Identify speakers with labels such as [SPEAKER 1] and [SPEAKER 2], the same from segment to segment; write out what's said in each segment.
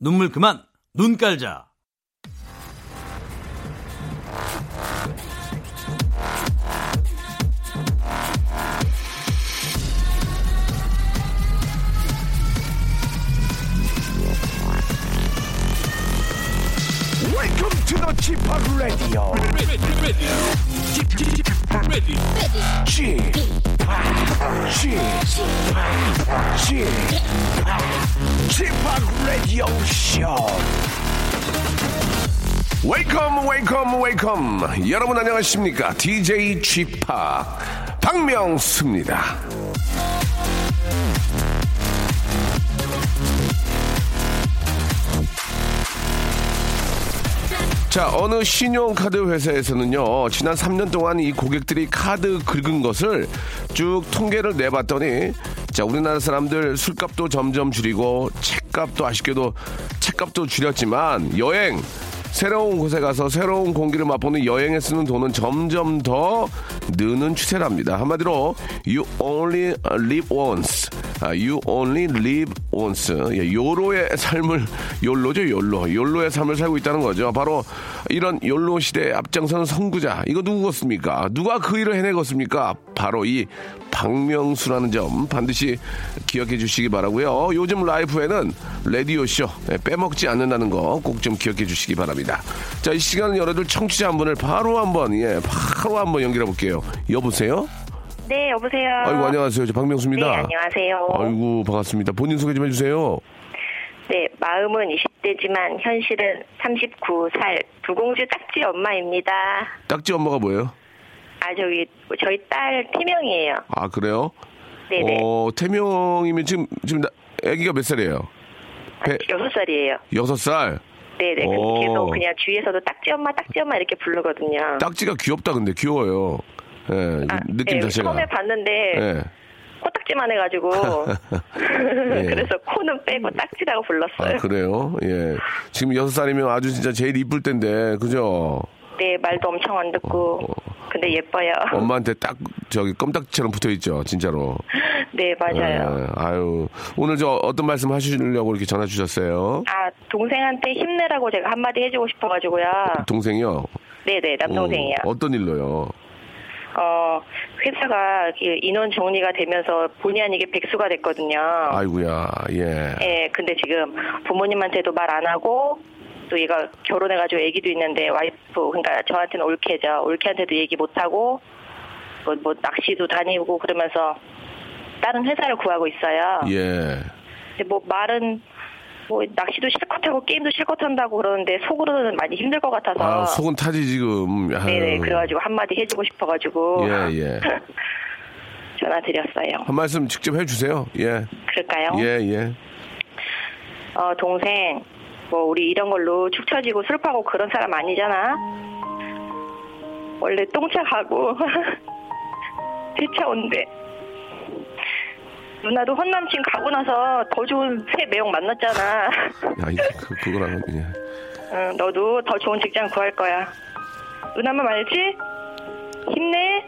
[SPEAKER 1] 눈물 그만 눈 깔자.
[SPEAKER 2] Welcome to the Chip Radio. Chip Chip Chip Radio Show. Welcome, welcome, welcome. 여러분 안녕하십니까? DJ Chip 박명수입니다. 자, 어느 신용카드 회사에서는요, 지난 3년 동안 이 고객들이 카드 긁은 것을 쭉 통계를 내봤더니, 자, 우리나라 사람들 술값도 점점 줄이고, 책값도 아쉽게도, 책값도 줄였지만, 여행, 새로운 곳에 가서 새로운 공기를 맛보는 여행에 쓰는 돈은 점점 더 느는 추세랍니다. 한마디로, you only live once. 아, You only live once. 예, 요로의 삶을, 욜로죠, 욜로. 욜로의 삶을 살고 있다는 거죠. 바로 이런 욜로 시대에 앞장서는 선구자. 이거 누구겠습니까? 누가 그 일을 해내겠습니까? 바로 이 박명수라는 점 반드시 기억해 주시기 바라고요 요즘 라이프에는 라디오쇼 예, 빼먹지 않는다는 거 꼭 좀 기억해 주시기 바랍니다. 자, 이 시간은 여러분들 청취자 한 분을 바로 한 번, 예, 바로 한 번 연결해 볼게요. 여보세요?
[SPEAKER 3] 네, 여보세요.
[SPEAKER 2] 아이고, 안녕하세요. 저 박명수입니다.
[SPEAKER 3] 네, 안녕하세요.
[SPEAKER 2] 아이고 반갑습니다. 본인 소개 좀 해주세요.
[SPEAKER 3] 네, 마음은 20대지만 현실은 39살 두공주 딱지 엄마입니다.
[SPEAKER 2] 딱지 엄마가 뭐예요?
[SPEAKER 3] 아, 저기 저희 딸 태명이에요.
[SPEAKER 2] 아 그래요?
[SPEAKER 3] 네네.
[SPEAKER 2] 어 태명이면 지금 지금 나- 아기가 몇 살이에요? 배-
[SPEAKER 3] 여섯 살이에요.
[SPEAKER 2] 여섯 살.
[SPEAKER 3] 네네. 근데
[SPEAKER 2] 오.
[SPEAKER 3] 계속 그냥 주위에서도 딱지 엄마, 딱지 엄마 이렇게 부르거든요.
[SPEAKER 2] 딱지가 귀엽다 근데 귀여워요. 예
[SPEAKER 3] 아,
[SPEAKER 2] 느낌
[SPEAKER 3] 네,
[SPEAKER 2] 자체가.
[SPEAKER 3] 처음에 봤는데
[SPEAKER 2] 예.
[SPEAKER 3] 코딱지만 해가지고 그래서 코는 빼고 딱지라고
[SPEAKER 2] 아
[SPEAKER 3] 불렀어요.
[SPEAKER 2] 그래요? 예. 지금 여섯 살이면 아주 진짜 제일 이쁠 때인데 그죠? 어.
[SPEAKER 3] 네, 말도 엄청 안 듣고 근데 예뻐요.
[SPEAKER 2] 엄마한테 딱 저기 껌딱지처럼 붙어 있죠 진짜로.
[SPEAKER 3] 네, 맞아요.
[SPEAKER 2] 예, 아유 오늘 저 어떤 말씀 하시려고 이렇게 전화 주셨어요?
[SPEAKER 3] 아, 동생한테 힘내라고 제가 한마디 해주고 싶어가지고요.
[SPEAKER 2] 동생이요.
[SPEAKER 3] 네네, 아. 남동생이요.
[SPEAKER 2] 어, 어떤 일로요?
[SPEAKER 3] 어, 회사가 그 인원 정리가 되면서 본의 아니게 백수가 됐거든요.
[SPEAKER 2] 아이고야, 예.
[SPEAKER 3] 예, 근데 지금 부모님한테도 말 안 하고, 또 얘가 결혼해가지고 애기도 있는데, 와이프, 그러니까 저한테는 올케죠. 올케한테도 얘기 못하고, 뭐, 뭐, 낚시도 다니고 그러면서 다른 회사를 구하고 있어요.
[SPEAKER 2] 예.
[SPEAKER 3] 근데 뭐 말은, 뭐, 낚시도 실컷 하고 게임도 실컷 한다고 그러는데, 속으로는 많이 힘들 것 같아서.
[SPEAKER 2] 아, 속은 타지 지금. 아유.
[SPEAKER 3] 어. 네네, 그래가지고 한마디 해주고 싶어가지고.
[SPEAKER 2] 예, 예.
[SPEAKER 3] 전화 드렸어요.
[SPEAKER 2] 한 말씀 직접 해주세요. 예.
[SPEAKER 3] 그럴까요?
[SPEAKER 2] 예, 예.
[SPEAKER 3] 어, 동생, 뭐, 우리 이런 걸로 축 처지고 슬퍼하고 그런 사람 아니잖아? 원래 똥차 가고, 세차 온대. 누나도 헌남친 가고 나서 더 좋은 새 매형 만났잖아.
[SPEAKER 2] 아니, 그, 그거랑은, 예.
[SPEAKER 3] 응, 너도 더 좋은 직장 구할 거야. 누나만 말지? 힘내.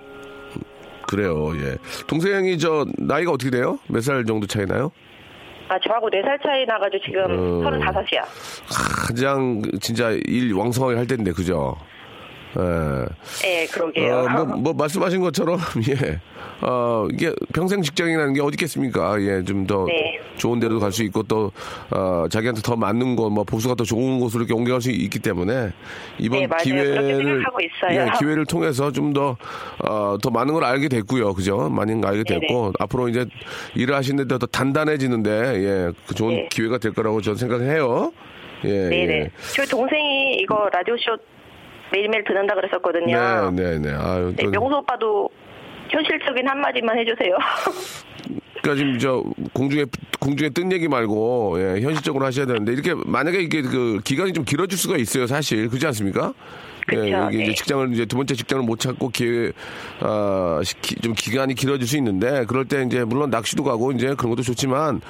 [SPEAKER 2] 그래요, 예. 동생이 저, 나이가 어떻게 돼요? 몇 살 정도 차이나요?
[SPEAKER 3] 아, 저하고 네 살 차이 나가지고 지금
[SPEAKER 2] 음.
[SPEAKER 3] 35이야.
[SPEAKER 2] 가장, 진짜, 일 왕성하게 할 텐데, 그죠? 예.
[SPEAKER 3] 예, 그러게요.
[SPEAKER 2] 어, 뭐, 뭐 말씀하신 것처럼 예. 어, 이게 평생 직장이라는 게 어디 있겠습니까? 예, 좀 더
[SPEAKER 3] 네.
[SPEAKER 2] 좋은 데로 갈 수 있고 또 어, 자기한테 더 맞는 곳, 뭐 보수가 더 좋은 곳으로 이렇게 옮겨갈 수 있기 때문에 이번
[SPEAKER 3] 네, 맞아요. 그렇게
[SPEAKER 2] 기회를
[SPEAKER 3] 생각하고 있어요.
[SPEAKER 2] 예, 기회를 통해서 좀 더 어, 더 많은 걸 알게 됐고요, 그죠? 많은 걸 알게
[SPEAKER 3] 네네.
[SPEAKER 2] 됐고 앞으로 이제 일을 하시는 데더 단단해지는데 예, 그 좋은
[SPEAKER 3] 네.
[SPEAKER 2] 기회가 될 거라고 저는 생각해요. 예,
[SPEAKER 3] 네네.
[SPEAKER 2] 예.
[SPEAKER 3] 저희 동생이 이거 라디오쇼 매일매일 듣는다
[SPEAKER 2] 네,
[SPEAKER 3] 그랬었거든요.
[SPEAKER 2] 네, 네. 아유,
[SPEAKER 3] 네,
[SPEAKER 2] 또-
[SPEAKER 3] 명수 오빠도 현실적인 한마디만 해주세요.
[SPEAKER 2] 그러니까 지금 저 공중에 공중에 뜬 얘기 말고 예, 현실적으로 하셔야 되는데 이렇게 만약에 이게 그 기간이 좀 길어질 수가 있어요 사실 그렇지 않습니까?
[SPEAKER 3] 그쵸,
[SPEAKER 2] 예, 여기 이제
[SPEAKER 3] 네.
[SPEAKER 2] 직장을 이제 두 번째 직장을 못 찾고 기회 아, 시- 기- 좀 기간이 길어질 수 있는데 그럴 때 이제 물론 낚시도 가고 이제 그런 것도 좋지만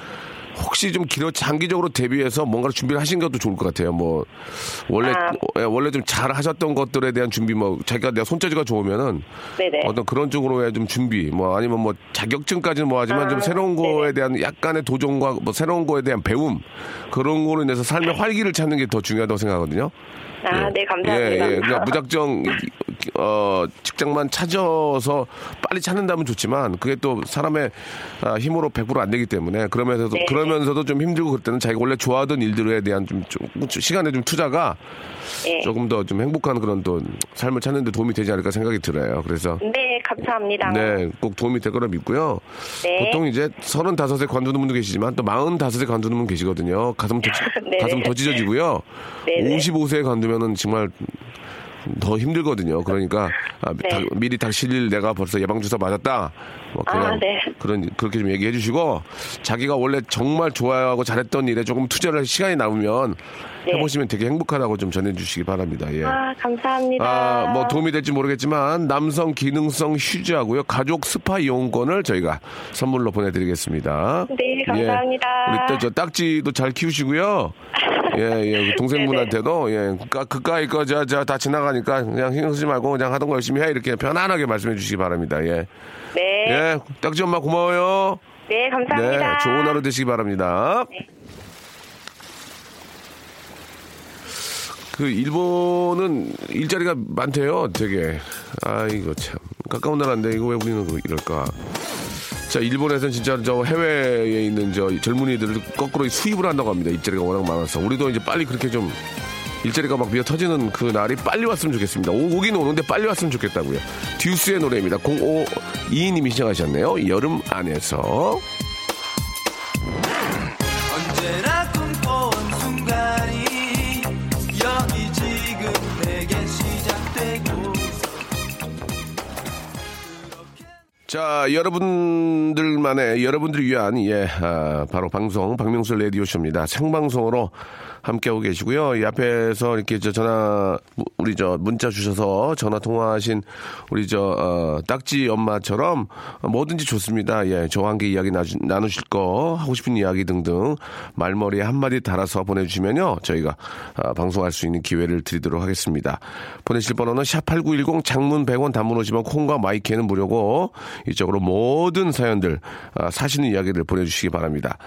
[SPEAKER 2] 혹시 좀 길어 장기적으로 대비해서 뭔가를 준비를 하신 것도 좋을 것 같아요. 뭐 원래
[SPEAKER 3] 아.
[SPEAKER 2] 예, 원래 좀 잘 하셨던 것들에 대한 준비 뭐 자기가 내가 손재주가 좋으면은
[SPEAKER 3] 네네.
[SPEAKER 2] 어떤 그런 쪽으로의 좀 준비 뭐 아니면 뭐 자격증까지는 뭐 하지만 좀
[SPEAKER 3] 아,
[SPEAKER 2] 새로운 거에
[SPEAKER 3] 네네.
[SPEAKER 2] 대한 약간의 도전과 뭐 새로운 거에 대한 배움 그런 거로 인해서
[SPEAKER 3] 네.
[SPEAKER 2] 삶의 활기를 찾는 게 더 중요하다고 생각하거든요.
[SPEAKER 3] 아,
[SPEAKER 2] 예.
[SPEAKER 3] 네, 감사합니다.
[SPEAKER 2] 예, 예. 그러니까 무작정 어, 직장만 찾아서 빨리 찾는다면 좋지만 그게 또 사람의 아, 힘으로 100%안 되기 때문에 그러면서도
[SPEAKER 3] 네.
[SPEAKER 2] 그러면서도 좀 힘들고 그럴 때는 자기가 원래 좋아하던 일들에 대한 좀, 좀 시간에 좀 투자가
[SPEAKER 3] 예.
[SPEAKER 2] 조금 더 좀 행복한 그런 또 삶을 찾는 데 도움이 되지 않을까 생각이 들어요. 그래서
[SPEAKER 3] 네, 감사합니다.
[SPEAKER 2] 네, 꼭 도움이 될 거라 믿고요.
[SPEAKER 3] 네.
[SPEAKER 2] 보통 이제 35에 관두는 분도 계시지만 또 45에 관두는 분 계시거든요. 가슴 더,
[SPEAKER 3] 네네.
[SPEAKER 2] 가슴 더 찢어지고요.
[SPEAKER 3] 네네.
[SPEAKER 2] 55세에 관두면은 정말 더 힘들거든요. 그러니까 아,
[SPEAKER 3] 네.
[SPEAKER 2] 다- 미리 닥칠 내가 벌써 예방주사 맞았다. 뭐 그냥
[SPEAKER 3] 아, 네.
[SPEAKER 2] 그런 그렇게 좀 얘기해 주시고 자기가 원래 정말 좋아하고 잘했던 일에 조금 투자를 할 시간이 남으면
[SPEAKER 3] 네.
[SPEAKER 2] 해보시면 되게 행복하다고 좀 전해주시기 바랍니다. 예.
[SPEAKER 3] 아, 감사합니다.
[SPEAKER 2] 아, 뭐 도움이 될지 모르겠지만 남성 기능성 휴지하고요. 가족 스파 이용권을 저희가 선물로 보내드리겠습니다.
[SPEAKER 3] 네, 감사합니다.
[SPEAKER 2] 예, 우리 또 저 딱지도 잘 키우시고요. 예, 예, 그 동생분한테도 예, 그까 그까이 거저저다 지나가니까 그냥 신경 쓰지 말고 그냥 하던 거 열심히 해 이렇게 편안하게 말씀해 주시기 바랍니다. 예,
[SPEAKER 3] 네.
[SPEAKER 2] 예, 딱지 엄마 고마워요.
[SPEAKER 3] 네,
[SPEAKER 2] 네,
[SPEAKER 3] 감사합니다. 네.
[SPEAKER 2] 좋은 하루 되시기 바랍니다. 그 일본은 일자리가 많대요, 되게. 아이고 참 가까운 나라인데 이거 왜 우리는 그 이럴까? 자, 일본에서는 진짜 저 해외에 있는 저 젊은이들을 거꾸로 수입을 한다고 합니다. 일자리가 워낙 많아서 우리도 이제 빨리 그렇게 좀 일자리가 막 미어 터지는 그 날이 빨리 왔으면 좋겠습니다. 오, 오긴 오는데 빨리 왔으면 좋겠다고요. 듀스의 노래입니다. 0522님이 시작하셨네요. 여름 안에서.
[SPEAKER 4] 언제나 꿈꿔온 순간이 여기 지금 내게 시작되고
[SPEAKER 2] 자, 여러분들만의, 여러분들을 위한, 예, 아, 바로 방송, 박명수 레디오쇼입니다. 생방송으로 함께하고 계시고요. 이 앞에서 이렇게 저 전화, 무- 우리 저 문자 주셔서 전화 통화하신 우리 저, 어, 딱지 엄마처럼 뭐든지 좋습니다. 예, 저와 함께 이야기 나주- 나누실 거, 하고 싶은 이야기 등등 말머리에 한마디 달아서 보내주시면요. 저희가 아, 방송할 수 있는 기회를 드리도록 하겠습니다. 보내실 번호는 샵8910 장문 100원 단문 50원 콩과 마이크는 무료고 이쪽으로 모든 사연들 아, 사시는 이야기들 보내주시기 바랍니다.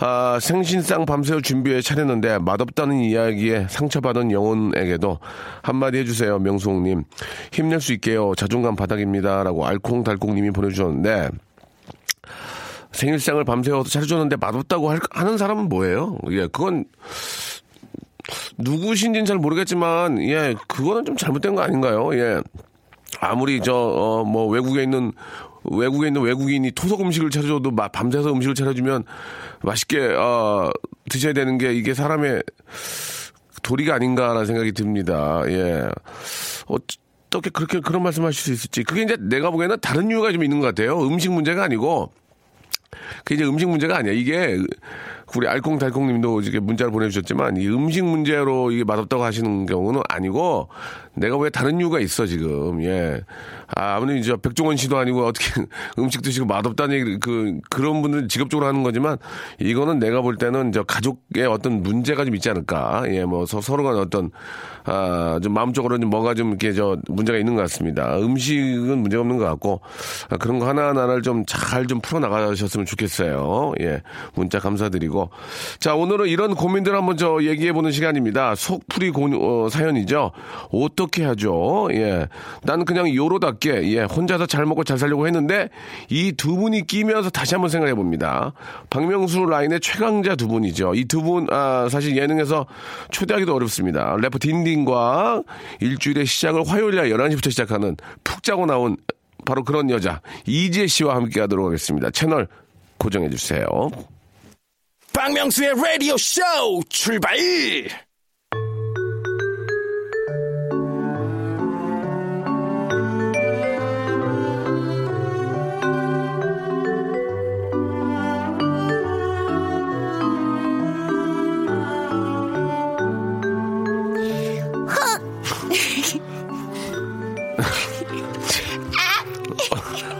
[SPEAKER 2] 아, 생신상 밤새워 준비해 차렸는데 맛없다는 이야기에 상처받은 영혼에게도 한마디 해주세요. 명수홍님 힘낼 수 있게요. 자존감 바닥입니다. 라고 알콩달콩님이 보내주셨는데 생일상을 밤새워서 차려줬는데 맛없다고 할- 하는 사람은 뭐예요? 예, 그건 누구신지는 잘 모르겠지만 예, 그거는 좀 잘못된 거 아닌가요? 예, 아무리 저 어 뭐 외국에 있는 외국에 있는 외국인이 토속 음식을 차려줘도 마- 밤새서 음식을 차려주면 맛있게 어, 드셔야 되는 게 이게 사람의 도리가 아닌가라는 생각이 듭니다. 예. 어떻게 그렇게 그런 말씀하실 수 있을지 그게 이제 내가 보기에는 다른 이유가 좀 있는 것 같아요. 음식 문제가 아니고 그게 이제 음식 문제가 아니야. 이게 우리 알콩달콩님도 이렇게 문자를 보내주셨지만 이 음식 문제로 이게 맛없다고 하시는 경우는 아니고 내가 왜 다른 이유가 있어 지금 예 아, 아무리 이제 백종원 씨도 아니고 어떻게 음식 드시고 맛없다는 얘기 그 그런 분들 직업적으로 하는 거지만 이거는 내가 볼 때는 저 가족의 어떤 문제가 좀 있지 않을까 예뭐 서로가 어떤 아좀 마음적으로 좀 뭐가 좀 이렇게 저 문제가 있는 것 같습니다 음식은 문제가 없는 것 같고 아, 그런 거 하나 하나를 좀 잘 좀 풀어 나가셨으면 좋겠어요 예 문자 감사드리고 자 오늘은 이런 고민들 한번 저 얘기해 보는 시간입니다 속풀이 고, 어, 사연이죠 어떻게 하죠 예난 그냥 요로답게 예 혼자서 잘 먹고 잘 살려고 했는데 이 두 분이 끼면서 다시 한번 생각해 봅니다 박명수 라인의 최강자 두 분이죠 이 두 분 아, 사실 예능에서 초대하기도 어렵습니다 래퍼 딘딘과 일주일의 시작을 화요일 날 11시부터 시작하는 푹 자고 나온 바로 그런 여자 이지혜 씨와 함께 하도록 하겠습니다 채널 고정해 주세요.
[SPEAKER 5] 박명수의 라디오 쇼 출발!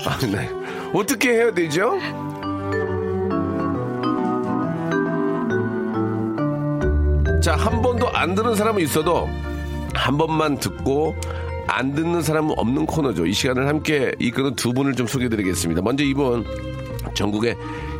[SPEAKER 2] 아, 네. 어떻게 해야 되죠? 자, 한 번도 안 들은 사람은 있어도 한 번만 듣고 안 듣는 사람은 없는 코너죠. 이 시간을 함께 이끄는 두 분을 좀 소개해드리겠습니다. 먼저 이분 전국에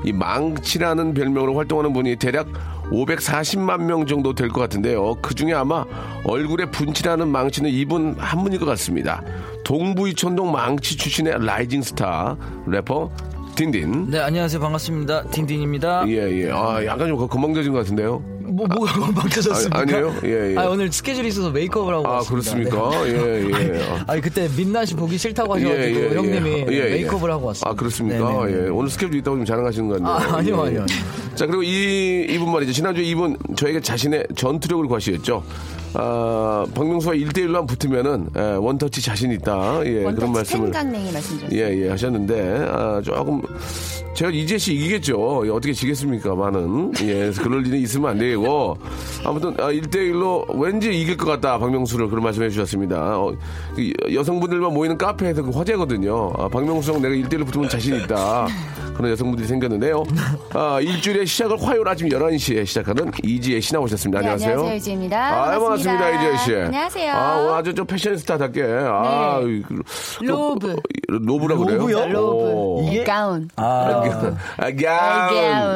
[SPEAKER 2] 이 망치라는 별명으로 활동하는 분이 대략 540만 명 정도 될 것 같은데요. 그 중에 아마 얼굴에 분칠하는 망치는 이분 한 분일 것 같습니다. 동부이촌동 망치 출신의 라이징 스타 래퍼 딘딘.
[SPEAKER 6] 네, 안녕하세요. 반갑습니다. 딘딘입니다.
[SPEAKER 2] 예, 예. 아, 약간 좀 건방져진 것 같은데요.
[SPEAKER 6] 뭐, 뭐가 망쳐졌습니까?
[SPEAKER 2] 아, 아니에요? 예, 예.
[SPEAKER 6] 아, 오늘 스케줄이 있어서 메이크업을 하고
[SPEAKER 2] 아,
[SPEAKER 6] 왔습니다.
[SPEAKER 2] 그렇습니까? 예, 예.
[SPEAKER 6] 네. 아니, 그때 민낯이 보기 싫다고 하셔가지고 형님이 메이크업을 하고 왔습니다.
[SPEAKER 2] 아, 그렇습니까?
[SPEAKER 6] 네네.
[SPEAKER 2] 예. 오늘 스케줄 있다고 좀 자랑하시는 것 같네요.
[SPEAKER 6] 아, 아니요,
[SPEAKER 2] 예, 예.
[SPEAKER 6] 아니요, 아니요.
[SPEAKER 2] 자, 그리고 이, 이분 말이죠. 지난주에 이분 저에게 자신의 전투력을 과시했죠. 아, 박명수와 1대1로 한 붙으면은, 예, 원터치 자신 있다. 예, 그런
[SPEAKER 7] 원터치
[SPEAKER 2] 말씀을.
[SPEAKER 7] 생강냉이 말씀드렸어요.
[SPEAKER 2] 예, 예, 하셨는데, 아, 조금, 제가 이재 씨 이기겠죠. 예, 어떻게 지겠습니까, 많은. 예, 그래서 그럴 일이 있으면 안 되고. 아무튼, 아, 1대1로 왠지 이길 것 같다, 박명수를. 그런 말씀 해주셨습니다. 어, 이 여성분들만 모이는 카페에서 그 화제거든요. 아, 박명수랑 내가 1대1로 붙으면 자신 있다. 그런 여성분들이 생겼는데요. 아, 일주일의 시작을 화요일 아침 11시에 시작하는 이지혜 씨 나오셨습니다.
[SPEAKER 7] 네,
[SPEAKER 2] 안녕하세요.
[SPEAKER 7] 안녕하세요, 이지혜입니다.
[SPEAKER 2] 아,
[SPEAKER 7] 반갑습니다.
[SPEAKER 2] 반갑습니다, 이지혜 씨.
[SPEAKER 7] 안녕하세요.
[SPEAKER 2] 아, 오늘 아주 좀 패셔니스타답게. 아,
[SPEAKER 7] 네.
[SPEAKER 2] 그-
[SPEAKER 7] 로브.
[SPEAKER 2] 로브라고 그래요?
[SPEAKER 6] 로브요?
[SPEAKER 2] 오.
[SPEAKER 6] 예.
[SPEAKER 7] 로브 네, 가운 어,
[SPEAKER 2] 아,
[SPEAKER 7] 가운.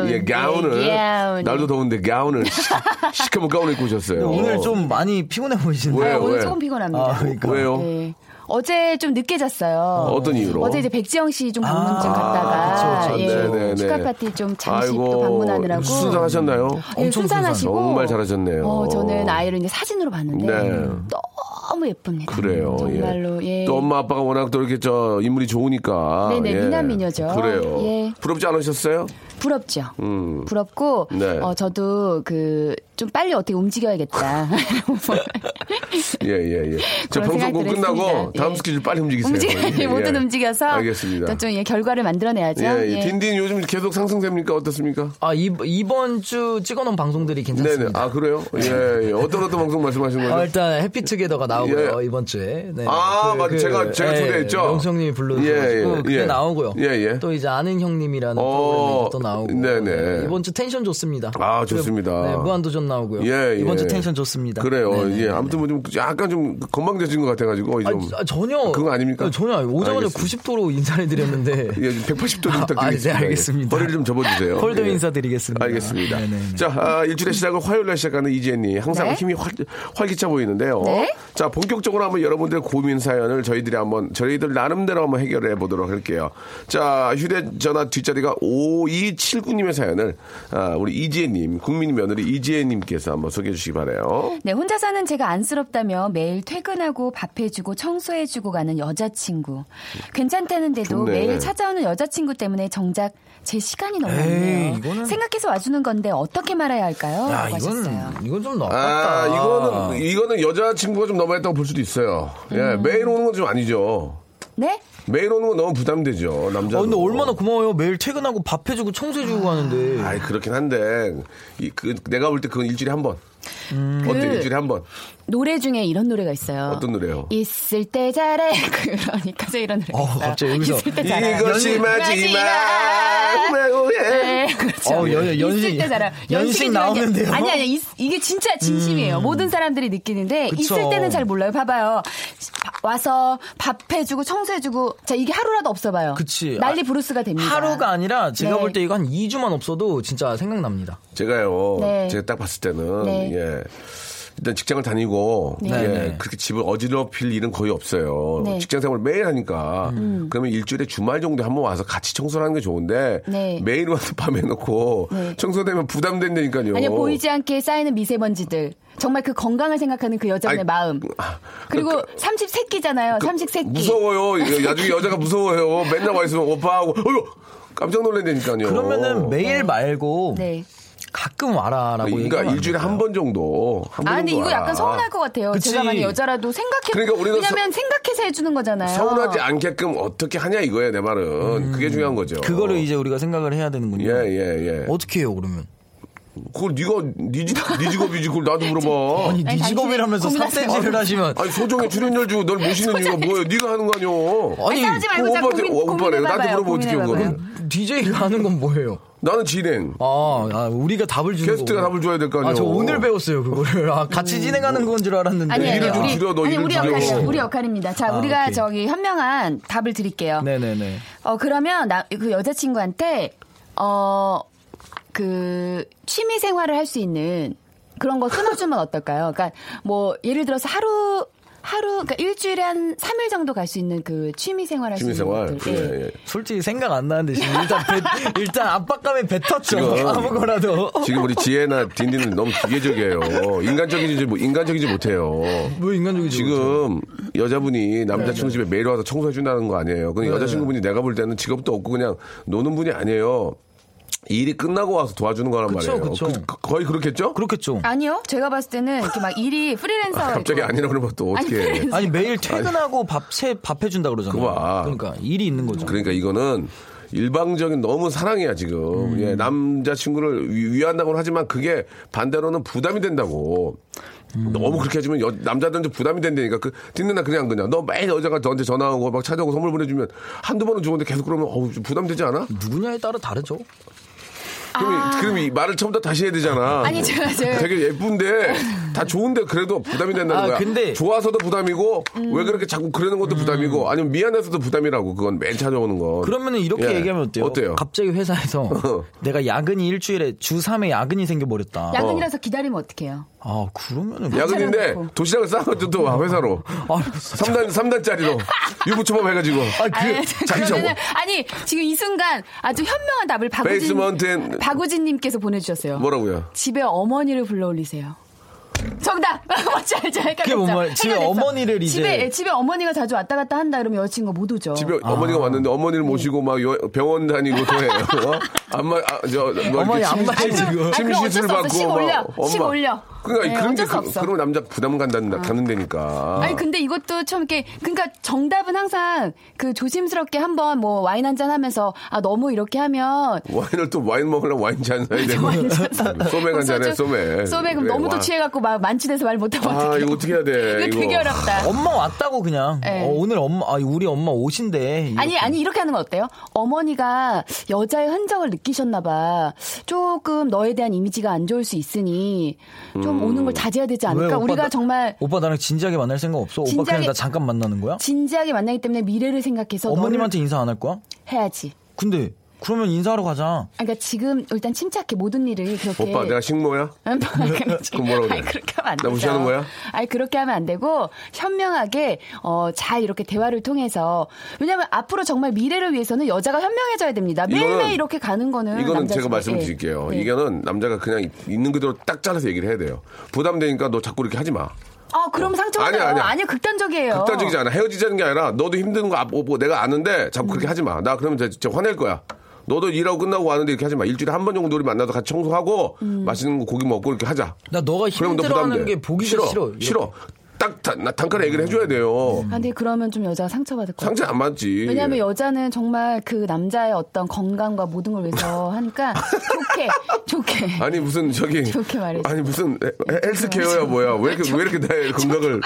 [SPEAKER 2] 가운. 예, 가운을.
[SPEAKER 7] 네, 가운.
[SPEAKER 2] 날도 더운데 가운을. 시- 시커먼 가운을 입고 오셨어요.
[SPEAKER 6] 네, 오늘 좀 많이 피곤해 보이시는데.
[SPEAKER 2] 왜요?
[SPEAKER 7] 아, 오늘
[SPEAKER 2] 그러니까. 왜?
[SPEAKER 7] 조금 피곤합니다.
[SPEAKER 6] 아, 그러니까.
[SPEAKER 2] 왜요?
[SPEAKER 7] 네. 어제 좀 늦게 잤어요. 네.
[SPEAKER 2] 어떤 이유로?
[SPEAKER 7] 어제 이제 백지영 씨 좀 방문 좀 갔다가
[SPEAKER 6] 아, 그쵸, 그쵸.
[SPEAKER 7] 예,
[SPEAKER 2] 아, 네네네.
[SPEAKER 7] 축하 파티 좀 잠시 또
[SPEAKER 2] 아이고,
[SPEAKER 7] 방문하느라고
[SPEAKER 2] 수상하셨나요?
[SPEAKER 7] 예,
[SPEAKER 6] 엄청
[SPEAKER 7] 순산하시고
[SPEAKER 2] 정말 잘하셨네요.
[SPEAKER 7] 어, 저는 아이를 이제 사진으로 봤는데
[SPEAKER 2] 네.
[SPEAKER 7] 너무 예쁩니다.
[SPEAKER 2] 그래요.
[SPEAKER 7] 정말로
[SPEAKER 2] 예.
[SPEAKER 7] 예.
[SPEAKER 2] 또 엄마 아빠가 워낙 또 이렇게 저 인물이 좋으니까.
[SPEAKER 7] 네네,
[SPEAKER 2] 예.
[SPEAKER 7] 미남미녀죠.
[SPEAKER 2] 그래요.
[SPEAKER 7] 예.
[SPEAKER 2] 부럽지 않으셨어요?
[SPEAKER 7] 부럽죠.
[SPEAKER 2] 음.
[SPEAKER 7] 부럽고
[SPEAKER 2] 네.
[SPEAKER 7] 어, 저도 그 좀 빨리 어떻게 움직여야겠다.
[SPEAKER 2] 예, 예, 예. 저
[SPEAKER 7] 그런
[SPEAKER 2] 방송
[SPEAKER 7] 생각이
[SPEAKER 2] 곧 끝나고
[SPEAKER 7] 들었습니다.
[SPEAKER 2] 다음
[SPEAKER 7] 예.
[SPEAKER 2] 스케줄 빨리 움직이세요.
[SPEAKER 7] 움직여
[SPEAKER 2] 예, 예.
[SPEAKER 7] 모든 움직여서
[SPEAKER 2] 알겠습니다.
[SPEAKER 7] 또 좀 예, 결과를 만들어내야죠.
[SPEAKER 2] 예, 예. 딘딘 요즘 계속 상승됩니까? 어떻습니까?
[SPEAKER 6] 아, 이, 이번 주 찍어놓은 방송들이
[SPEAKER 2] 네네.
[SPEAKER 6] 괜찮습니다.
[SPEAKER 2] 아, 그래요? 예, 예. 어떤 어떤 방송 말씀하신 거죠?
[SPEAKER 6] 아, 일단 해피투게더가 나오고요
[SPEAKER 2] 예.
[SPEAKER 6] 이번 주에. 네.
[SPEAKER 2] 아,
[SPEAKER 6] 그-
[SPEAKER 2] 맞아.
[SPEAKER 6] 그-
[SPEAKER 2] 제가- 제가
[SPEAKER 6] 예,
[SPEAKER 2] 초대했죠?
[SPEAKER 6] 명성님이 불러주셔가지고
[SPEAKER 2] 예, 예,
[SPEAKER 6] 그게
[SPEAKER 2] 예.
[SPEAKER 6] 나오고요.
[SPEAKER 2] 예, 예.
[SPEAKER 6] 또 이제 아는 형님이라는
[SPEAKER 2] 어,
[SPEAKER 6] 프로그램이 또 나오고.
[SPEAKER 2] 네네.
[SPEAKER 6] 네, 이번 주 텐션 좋습니다.
[SPEAKER 2] 아, 좋습니다.
[SPEAKER 6] 네, 무한도전 나오고요.
[SPEAKER 2] 예, 예.
[SPEAKER 6] 이번 주 텐션 좋습니다.
[SPEAKER 2] 그래요.
[SPEAKER 6] 네네.
[SPEAKER 2] 예. 아무튼 뭐 좀 약간 좀 건방져진 것 같아가지고. 좀.
[SPEAKER 6] 아, 전혀
[SPEAKER 2] 그거 아닙니까?
[SPEAKER 6] 전혀 아니고 오자마자
[SPEAKER 2] 알겠습니다.
[SPEAKER 6] 90도로 인사를 드렸는데
[SPEAKER 2] 예, 180도 좀
[SPEAKER 6] 아,
[SPEAKER 2] 부탁드리겠습니다.
[SPEAKER 6] 아, 네, 알겠습니다.
[SPEAKER 2] 예. 허리를 좀 접어주세요.
[SPEAKER 6] 폴더
[SPEAKER 2] 예.
[SPEAKER 6] 인사드리겠습니다.
[SPEAKER 2] 알겠습니다.
[SPEAKER 6] 네네.
[SPEAKER 2] 자, 아, 일주일의 시작을 화요일날 시작하는 이지혜님. 항상
[SPEAKER 7] 네.
[SPEAKER 2] 힘이 활, 활기차 보이는데요.
[SPEAKER 7] 네.
[SPEAKER 2] 자, 본격적으로 한번 여러분들의 고민 사연을 저희들이 한번, 저희들 나름대로 한번 해결해 보도록 할게요. 자, 휴대전화 뒷자리가 5279님의 사연을, 아, 우리 이지혜님, 국민 며느리 이지혜님께서 한번 소개해 주시기 바라요.
[SPEAKER 7] 네, 혼자 사는 제가 안쓰럽다며 매일 퇴근하고 밥해주고 청소해주고 가는 여자친구. 괜찮다는데도
[SPEAKER 2] 좋네.
[SPEAKER 7] 매일 찾아오는 여자친구 때문에 정작 제 시간이 너무 없네요.
[SPEAKER 6] 에이, 이거는-
[SPEAKER 7] 생각해서 와주는 건데 어떻게 말해야 할까요?
[SPEAKER 6] 야,
[SPEAKER 7] 라고 하셨어요.
[SPEAKER 6] 이건 이건 좀 나빴다.
[SPEAKER 2] 아, 이거는, 이거는 여자친구가 좀 넘어갔다고 볼 수도 있어요. 예,
[SPEAKER 7] 음.
[SPEAKER 2] 매일 오는 건 좀 아니죠.
[SPEAKER 7] 네?
[SPEAKER 2] 매일 오는 건 너무 부담되죠, 남자.
[SPEAKER 6] 아, 근데 얼마나 고마워요. 매일 퇴근하고 밥 해주고 청소해주고 하는데.
[SPEAKER 2] 아이 그렇긴 한데 이, 그, 내가 볼 때 그건 일주일에 한 번. 어때
[SPEAKER 7] 그-
[SPEAKER 2] 일주일에 한 번.
[SPEAKER 7] 노래 중에 이런 노래가 있어요.
[SPEAKER 2] 어떤 노래요?
[SPEAKER 7] 있을 때 잘해. 그러니까 저 이런 노래가
[SPEAKER 6] 어,
[SPEAKER 7] 있어요.
[SPEAKER 6] 갑자기 여기서
[SPEAKER 7] 있을 때 잘해.
[SPEAKER 2] 이것이 마지막 마지막.
[SPEAKER 7] 네, 그렇죠.
[SPEAKER 6] 어, 연- 연식-
[SPEAKER 7] 있을 때 잘해.
[SPEAKER 6] 연식 나오는데요?
[SPEAKER 7] 아니 아니 이, 이게 진짜 진심이에요. 모든 사람들이 느끼는데
[SPEAKER 6] 그쵸.
[SPEAKER 7] 있을 때는 잘 몰라요. 봐봐요. 바- 와서 밥 해주고 청소해주고 자 이게 하루라도 없어봐요.
[SPEAKER 6] 그치.
[SPEAKER 7] 난리
[SPEAKER 6] 아,
[SPEAKER 7] 브루스가 됩니다.
[SPEAKER 6] 하루가 아니라 제가
[SPEAKER 7] 네.
[SPEAKER 6] 볼 때 이거 한 2주만 없어도 진짜 생각납니다.
[SPEAKER 2] 제가요.
[SPEAKER 7] 네.
[SPEAKER 2] 제가 딱 봤을 때는
[SPEAKER 7] 네.
[SPEAKER 2] 예. 일단 직장을 다니고
[SPEAKER 7] 네.
[SPEAKER 2] 예,
[SPEAKER 6] 네.
[SPEAKER 2] 그렇게 집을 어지럽힐 일은 거의 없어요.
[SPEAKER 7] 네. 음.
[SPEAKER 2] 직장 생활 을 매일 하니까 그러면 일주일에 주말 정도 한 번 와서 같이 청소를 하는 게 좋은데
[SPEAKER 7] 네.
[SPEAKER 2] 매일 와서 밤에 놓고
[SPEAKER 7] 네.
[SPEAKER 2] 청소되면 부담된다니까요.
[SPEAKER 7] 아니요 보이지 않게 쌓이는 미세먼지들 정말 그 건강을 생각하는 그 여자분의
[SPEAKER 2] 아이,
[SPEAKER 7] 마음
[SPEAKER 2] 아,
[SPEAKER 7] 그리고
[SPEAKER 2] 그러니까- 그,
[SPEAKER 7] 삼십 새끼잖아요 그 삼십 새끼
[SPEAKER 2] 무서워요. 이거 나중에 여자가 무서워요. 맨날 와 있으면 오빠 하고 어휴 깜짝 놀란다니까요.
[SPEAKER 6] 그러면은 매일 말고
[SPEAKER 7] 네.
[SPEAKER 6] 가끔 와라라고
[SPEAKER 2] 그러니까
[SPEAKER 6] 얘기하면 안
[SPEAKER 2] 일주일에 한
[SPEAKER 6] 될까요?
[SPEAKER 2] 번 정도. 한번
[SPEAKER 7] 아 근데
[SPEAKER 2] 정도
[SPEAKER 7] 이거
[SPEAKER 2] 와라.
[SPEAKER 7] 약간 서운할 것 같아요
[SPEAKER 6] 그치.
[SPEAKER 7] 제가 만약 여자라도 생각해
[SPEAKER 2] 그러니까 우리가
[SPEAKER 7] 왜냐면 생각해서 해주는 거잖아요
[SPEAKER 2] 서운하지 않게끔 어떻게 하냐 이거예요 내
[SPEAKER 6] 음,
[SPEAKER 2] 말은. 그게 중요한 거죠.
[SPEAKER 6] 그거를 이제 우리가 생각을 해야 되는군요.
[SPEAKER 2] 예예 예. 예.
[SPEAKER 6] 어떻게 해요 그러면?
[SPEAKER 2] 그걸 네가 네, 지- 네 직업이지 그걸 나도 물어봐.
[SPEAKER 6] 아니, 네
[SPEAKER 7] 아니,
[SPEAKER 6] 직업이라면서
[SPEAKER 7] 고민하지
[SPEAKER 6] 삿대질을 하시면.
[SPEAKER 2] 아니 소정의 출연료 주고 널 모시는 이유가 뭐예요? 네가 하는 거 아니오.
[SPEAKER 7] 아니, 싸우지 말고
[SPEAKER 2] 그거
[SPEAKER 7] 자,
[SPEAKER 2] 오빠한테-
[SPEAKER 7] 고민,
[SPEAKER 2] 어, 오빠래. 나한테
[SPEAKER 7] 고민해봐봐요.
[SPEAKER 2] 물어보면 어떡해,
[SPEAKER 7] 고민해봐봐요.
[SPEAKER 2] 그거는.
[SPEAKER 6] DJ가 하는 건 뭐예요?
[SPEAKER 2] 나는 진행.
[SPEAKER 6] 아, 아, 우리가 답을 주는
[SPEAKER 2] 게스트가
[SPEAKER 6] 거구나.
[SPEAKER 2] 답을 줘야 될 거 아니에요.
[SPEAKER 6] 아, 저 오늘 배웠어요, 그거를. 아, 같이 진행하는 건 줄 알았는데.
[SPEAKER 7] 음. 아니, 아니,
[SPEAKER 2] 일을 좀
[SPEAKER 7] 우리,
[SPEAKER 2] 줄여, 너
[SPEAKER 7] 아니,
[SPEAKER 2] 일을
[SPEAKER 7] 우리
[SPEAKER 2] 줄여.
[SPEAKER 7] 역할이야. 우리 역할입니다. 자,
[SPEAKER 6] 아,
[SPEAKER 7] 우리가
[SPEAKER 6] 오케이.
[SPEAKER 7] 저기 현명한 답을 드릴게요.
[SPEAKER 6] 네네네.
[SPEAKER 7] 어, 그러면 나, 그 여자친구한테, 어, 그, 취미 생활을 할 수 있는 그런 거 끊어주면 어떨까요? 그러니까 뭐, 예를 들어서 하루, 하루, 그러니까 일주일에 한 3일 정도 갈 수 있는 그 취미 생활 할 수 있는
[SPEAKER 2] 취미생활.
[SPEAKER 7] 것들. 예.
[SPEAKER 2] 예, 예.
[SPEAKER 6] 솔직히 생각 안 나는데 지금 일단 배- 일단 압박감에 뱉었죠.
[SPEAKER 2] 지금.
[SPEAKER 6] 아무거나도.
[SPEAKER 2] 지금 우리 지혜나 딘딘은 너무 기계적이에요. 인간적이지 뭐- 인간적이지 못해요.
[SPEAKER 6] 뭐 인간적이지.
[SPEAKER 2] 지금 여자분이 남자친구 집에 매일 와서 청소해 준다는 거 아니에요. 근데 여자친구분이 내가 볼 때는 직업도 없고 그냥 노는 분이 아니에요. 일이 끝나고 와서 도와주는 거란
[SPEAKER 6] 그쵸,
[SPEAKER 2] 말이에요.
[SPEAKER 6] 그쵸.
[SPEAKER 2] 그- 거의 그렇겠죠?
[SPEAKER 6] 그렇겠죠.
[SPEAKER 7] 아니요? 제가 봤을 때는 이렇게 막 일이 프리랜서.
[SPEAKER 2] 갑자기
[SPEAKER 7] 있고.
[SPEAKER 2] 아니라 그러면 또
[SPEAKER 7] 아니,
[SPEAKER 2] 어떻게 해?
[SPEAKER 7] 프리랜서.
[SPEAKER 6] 아니 매일 퇴근하고 밥세밥 해준다 그러잖아요.
[SPEAKER 2] 그거 봐.
[SPEAKER 6] 그러니까 일이 있는 거죠.
[SPEAKER 2] 그러니까 이거는 일방적인 너무 사랑이야 지금 예, 남자친구를 위- 위한다고는 하지만 그게 반대로는 부담이 된다고 너무 그렇게 해주면 여- 남자들한테 부담이 된다니까 그 뒷누나 그냥 그냥 너 매일 여자가 너한테 전화하고 막 찾아오고 선물 보내주면 한두 번은 좋은데 계속 그러면 어우 좀 부담되지 않아?
[SPEAKER 6] 누구냐에 따라 다르죠.
[SPEAKER 2] 그럼, 이- 그럼 이 말을 처음부터 다시 해야 되잖아.
[SPEAKER 7] 아니, 제가- 제가-
[SPEAKER 2] 되게 예쁜데 다 좋은데 그래도 부담이 된다는
[SPEAKER 6] 아,
[SPEAKER 2] 거야.
[SPEAKER 6] 근데-
[SPEAKER 2] 좋아서도 부담이고 왜 그렇게 자꾸 그러는 것도 부담이고 아니면 미안해서도 부담이라고 그건 맨 찾아오는 거.
[SPEAKER 6] 그러면은 이렇게
[SPEAKER 2] 예.
[SPEAKER 6] 얘기하면 어때요? 어.
[SPEAKER 2] 어때요?
[SPEAKER 6] 갑자기 회사에서 내가 야근이 일주일에 주 3회 야근이 생겨버렸다.
[SPEAKER 7] 야근이라서 기다리면 어떡해요?
[SPEAKER 6] 아 그러면은
[SPEAKER 2] 야근인데
[SPEAKER 7] 차려놓고.
[SPEAKER 2] 도시락을 싸가지고 또
[SPEAKER 7] 음.
[SPEAKER 2] 와, 회사로
[SPEAKER 6] 아,
[SPEAKER 2] 3단, 삼단짜리로 유부초밥 해가지고
[SPEAKER 7] 아니, 그
[SPEAKER 2] 그 자기 자고
[SPEAKER 7] 그러면은, 아니, 지금 이 순간 아주 현명한 답을
[SPEAKER 2] 베이스먼트엔-
[SPEAKER 7] 박우진, 박우진님께서 보내주셨어요.
[SPEAKER 2] 뭐라고요?
[SPEAKER 7] 집에 어머니를 불러올리세요. 정답! 맞지, 알지?
[SPEAKER 6] 그게 뭔 말이야? 집에 어머니를 이제-
[SPEAKER 7] 집에, 예, 집에 어머니가 자주 왔다 갔다 한다 그러면 여자친구가 못 오죠.
[SPEAKER 2] 집에 어머니가 왔는데 어머니를 모시고 막 여- 병원 다니고 또해 어? 안마 아저 뭐
[SPEAKER 6] 어머니 안 맞아 지금.
[SPEAKER 7] 아니, 그럼 어쩔 수
[SPEAKER 2] 침시술
[SPEAKER 7] 없어.
[SPEAKER 2] 받고
[SPEAKER 7] 식 올려.
[SPEAKER 2] 막
[SPEAKER 7] 식
[SPEAKER 2] 엄마.
[SPEAKER 7] 올려.
[SPEAKER 2] 그러니까
[SPEAKER 7] 네,
[SPEAKER 2] 그런 게
[SPEAKER 7] 어쩔 수
[SPEAKER 2] 그,
[SPEAKER 7] 없어. 아.
[SPEAKER 2] 그러면 남자 부담 간다는 가는 데니까.
[SPEAKER 7] 아니 그 근데 이것도 좀 이렇게 그러니까 정답은 항상 그 조심스럽게 한번 뭐 와인 한 잔 하면서 아 너무 이렇게 하면
[SPEAKER 2] 와인을 또 와인 먹으려면 와인 잔 사야 되고 소맥 한 잔에 소맥
[SPEAKER 7] 소맥 그럼
[SPEAKER 2] 그래,
[SPEAKER 7] 너무
[SPEAKER 2] 와.
[SPEAKER 7] 또 취해갖고 막 만취돼서 말 못하고
[SPEAKER 2] 아 이거 어떻게 해야 돼
[SPEAKER 7] 이거
[SPEAKER 2] 이거
[SPEAKER 7] 되게 어렵다.
[SPEAKER 6] 엄마 왔다고 그냥.
[SPEAKER 7] 네.
[SPEAKER 6] 어, 오늘 엄마 아 우리 엄마 오신대.
[SPEAKER 7] 아니 아니 이렇게 하는 건 어때요? 어머니가 여자의 흔적을 느끼셨나봐. 조금 너에 대한 이미지가 안 좋을 수 있으니 좀
[SPEAKER 2] 음.
[SPEAKER 7] 오는 걸 자제해야 되지
[SPEAKER 6] 왜
[SPEAKER 7] 않을까?
[SPEAKER 6] 오빠
[SPEAKER 7] 우리가
[SPEAKER 6] 나-
[SPEAKER 7] 정말
[SPEAKER 6] 오빠 나랑 진지하게 만날 생각 없어? 오빠
[SPEAKER 7] 진지하게-
[SPEAKER 6] 그냥 나 잠깐 만나는 거야?
[SPEAKER 7] 진지하게 만나기 때문에 미래를 생각해서
[SPEAKER 6] 어머님한테 인사 안 할 거야?
[SPEAKER 7] 너를 해야지.
[SPEAKER 6] 근데 그러면 인사하러 가자.
[SPEAKER 7] 아, 그러니까 지금 일단 침착해 모든 일을 그렇게
[SPEAKER 2] 오빠 내가 식모야
[SPEAKER 7] 그럼
[SPEAKER 2] 뭐라고 그래?
[SPEAKER 7] 그렇게 하면 안
[SPEAKER 2] 나
[SPEAKER 7] 되죠.
[SPEAKER 2] 무시하는 거야?
[SPEAKER 7] 아니 그렇게 하면 안 되고 현명하게 어, 잘 이렇게 대화를 통해서 왜냐하면 앞으로 정말 미래를 위해서는 여자가 현명해져야 됩니다.
[SPEAKER 2] 이거는-
[SPEAKER 7] 매일매일 이렇게 가는 거는
[SPEAKER 2] 이거는
[SPEAKER 7] 남자
[SPEAKER 2] 제가
[SPEAKER 7] 친구-
[SPEAKER 2] 말씀드릴게요.
[SPEAKER 7] 예, 예.
[SPEAKER 2] 이거는 남자가 그냥 있는 그대로 딱 잘라서 얘기를 해야 돼요. 부담되니까 너 자꾸 이렇게 하지 마.
[SPEAKER 7] 아 그럼 상처받아요.
[SPEAKER 2] 아니야, 아니야.
[SPEAKER 7] 아니요 극단적이에요.
[SPEAKER 2] 극단적이지 않아. 헤어지자는 게 아니라 너도 힘든 거 앞- 뭐 내가 아는데 자꾸 그렇게 하지 마. 나 그러면 진짜 화낼 거야. 너도 일하고 끝나고 왔는데 이렇게 하지 마. 일주일에 한 번 정도 우리 만나서 같이 청소하고 맛있는 거 고기 먹고 이렇게 하자.
[SPEAKER 6] 나 너가
[SPEAKER 2] 그러면 너 부담돼.
[SPEAKER 6] 힘들어하는 게 보기가
[SPEAKER 2] 싫어.
[SPEAKER 6] 싫어.
[SPEAKER 2] 싫어.
[SPEAKER 6] 이렇게.
[SPEAKER 2] 딱 단- 나 단칼에 얘기를 해줘야 돼요.
[SPEAKER 7] 아, 근데 그러면 좀 여자가 상처받을 거예요.
[SPEAKER 2] 상처 안 맞지.
[SPEAKER 7] 왜냐하면 여자는 정말 그 남자의 어떤 건강과 모든 걸 위해서 하니까 좋게 좋게
[SPEAKER 2] 아니 무슨 저기
[SPEAKER 7] 좋게 네. 아, 말해줘.
[SPEAKER 2] 아니 무슨 헬- 헬스케어야 뭐야 왜 이렇게 왜 이렇게 나의 건강을